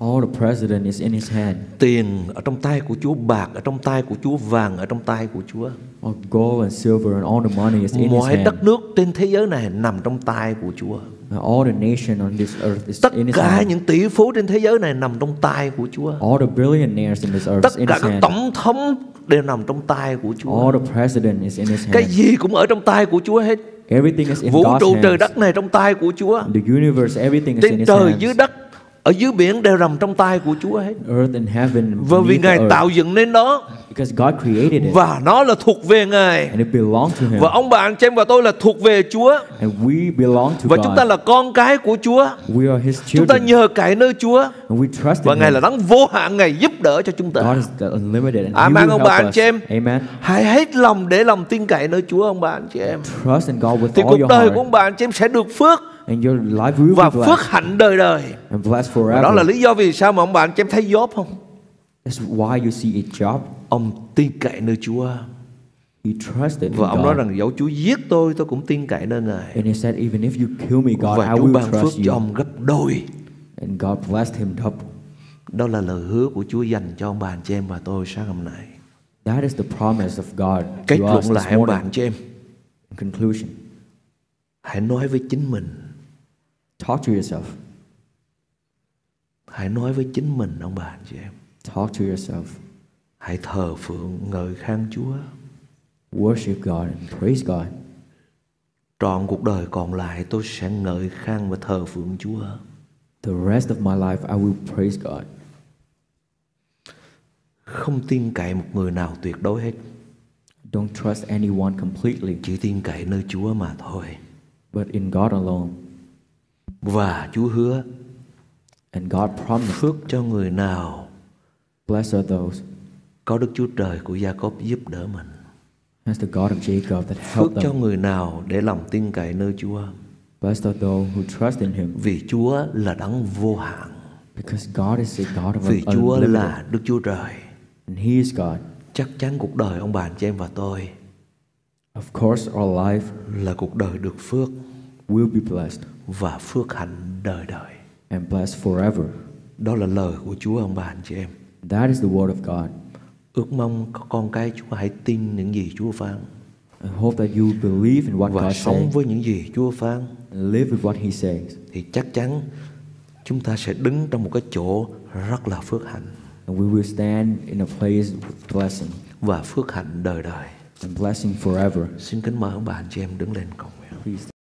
Speaker 3: All the president is in His hand.
Speaker 2: Tiền ở trong tay của Chúa, bạc ở trong tay của Chúa, vàng ở trong tay của Chúa.
Speaker 3: All gold and silver and all the money is in His
Speaker 2: Mọi đất
Speaker 3: hand.
Speaker 2: nước trên thế giới này nằm trong tay của Chúa.
Speaker 3: And all the nation on this earth is
Speaker 2: Tất
Speaker 3: in His
Speaker 2: cả
Speaker 3: hand.
Speaker 2: những tỷ phú trên thế giới này nằm trong tay của Chúa.
Speaker 3: All the billionaires in this earth
Speaker 2: Tất
Speaker 3: is in
Speaker 2: cả
Speaker 3: His
Speaker 2: các
Speaker 3: hand.
Speaker 2: tổng thống đều nằm trong tay của Chúa.
Speaker 3: All the president is in His
Speaker 2: Cái
Speaker 3: hand.
Speaker 2: gì cũng ở trong tay của Chúa hết.
Speaker 3: Everything is in
Speaker 2: Vũ
Speaker 3: God's
Speaker 2: trụ trời
Speaker 3: hands.
Speaker 2: đất này trong tay của Chúa.
Speaker 3: The universe, everything is in
Speaker 2: Trên
Speaker 3: His
Speaker 2: trời dưới
Speaker 3: hands.
Speaker 2: đất, ở dưới biển đều nằm trong tay của Chúa hết.
Speaker 3: Earth and heaven,
Speaker 2: Và vì
Speaker 3: beneath the
Speaker 2: Ngài
Speaker 3: earth,
Speaker 2: tạo dựng nên nó
Speaker 3: because God created it
Speaker 2: và nó là thuộc về Ngài.
Speaker 3: and it belonged to Him,
Speaker 2: Và ông bà anh chị em và tôi là thuộc về Chúa
Speaker 3: and we belong to
Speaker 2: và chúng ta
Speaker 3: God.
Speaker 2: là con cái của Chúa.
Speaker 3: We are His
Speaker 2: Chúng ta
Speaker 3: children,
Speaker 2: nhờ cậy nơi Chúa
Speaker 3: and we trust
Speaker 2: và
Speaker 3: in
Speaker 2: Ngài là
Speaker 3: Him.
Speaker 2: đấng vô hạn Ngài giúp đỡ cho chúng ta.
Speaker 3: God is the unlimited, and He
Speaker 2: Amen
Speaker 3: will
Speaker 2: ông
Speaker 3: help
Speaker 2: bà anh
Speaker 3: us.
Speaker 2: chị em.
Speaker 3: Amen.
Speaker 2: Hãy hết lòng để lòng tin cậy nơi Chúa ông bà anh chị em.
Speaker 3: Trust in God with
Speaker 2: Thì
Speaker 3: all
Speaker 2: cuộc
Speaker 3: your
Speaker 2: đời của ông
Speaker 3: heart,
Speaker 2: bà anh chị em sẽ được phước
Speaker 3: and your life will be
Speaker 2: và phước
Speaker 3: blessed
Speaker 2: hạnh đời đời.
Speaker 3: and blessed
Speaker 2: Và đó là
Speaker 3: forever.
Speaker 2: lý do vì sao mà ông bà anh chị em thấy Job không?
Speaker 3: That's why you see a job.
Speaker 2: Ông tin cậy nơi Chúa
Speaker 3: He trusted in
Speaker 2: và ông nói
Speaker 3: God,
Speaker 2: rằng dẫu Chúa giết tôi tôi cũng tin cậy nơi Ngài.
Speaker 3: and He said, "Even if you kill me, God,
Speaker 2: Và
Speaker 3: I
Speaker 2: Chúa
Speaker 3: will
Speaker 2: ban phước
Speaker 3: trust
Speaker 2: cho
Speaker 3: you."
Speaker 2: ông gấp đôi.
Speaker 3: And God blessed him double.
Speaker 2: Đó là lời hứa của Chúa dành cho ông bà anh chị em và tôi sáng hôm nay.
Speaker 3: That is the promise of God
Speaker 2: Kết
Speaker 3: to us
Speaker 2: luận
Speaker 3: this
Speaker 2: lại ông bà
Speaker 3: morning.
Speaker 2: anh chị em,
Speaker 3: In conclusion,
Speaker 2: hãy nói với chính mình,
Speaker 3: talk to yourself.
Speaker 2: hãy nói với chính mình ông bà anh chị em.
Speaker 3: Talk to yourself.
Speaker 2: Hãy thờ phượng ngợi khen Chúa.
Speaker 3: Worship God and praise God.
Speaker 2: Trọn cuộc đời còn lại tôi sẽ ngợi khen và thờ phượng Chúa.
Speaker 3: The rest of my life, I will praise God.
Speaker 2: Không tin cậy một người nào tuyệt đối hết,
Speaker 3: Don't trust anyone completely,
Speaker 2: chỉ tin cậy nơi Chúa mà thôi.
Speaker 3: but in God alone.
Speaker 2: Và Chúa hứa
Speaker 3: And God promised,
Speaker 2: phước cho người nào
Speaker 3: Blessed are those,
Speaker 2: có Đức Chúa Trời của Gia-cốp giúp đỡ mình.
Speaker 3: as the God of Jacob that
Speaker 2: Phước
Speaker 3: helped
Speaker 2: cho
Speaker 3: them.
Speaker 2: người nào để lòng tin cậy nơi Chúa.
Speaker 3: Blessed are those who trust in Him,
Speaker 2: Vì Chúa là đấng vô hạn.
Speaker 3: because God is a God of
Speaker 2: Vì Chúa
Speaker 3: unlimited,
Speaker 2: là Đức Chúa Trời.
Speaker 3: and He is God.
Speaker 2: Chắc chắn cuộc đời ông bà anh chị em và tôi
Speaker 3: Of course, our life
Speaker 2: là cuộc đời được phước
Speaker 3: will be blessed
Speaker 2: và phước hạnh đời đời.
Speaker 3: and blessed forever.
Speaker 2: Đó là lời của Chúa ông bà anh chị em.
Speaker 3: That is the word of God.
Speaker 2: Ước mong các con cái Chúa hãy tin những gì Chúa phán
Speaker 3: I hope that you believe in what
Speaker 2: và
Speaker 3: God
Speaker 2: sống
Speaker 3: says
Speaker 2: với những gì Chúa phán
Speaker 3: and live with what He says.
Speaker 2: thì chắc chắn chúng ta sẽ đứng trong một cái chỗ rất là phước hạnh
Speaker 3: And we will stand in a place with blessing
Speaker 2: và phước hạnh đời đời.
Speaker 3: and blessing forever.
Speaker 2: Xin kính mời ông bà anh chị em đứng lên cầu nguyện.
Speaker 3: Please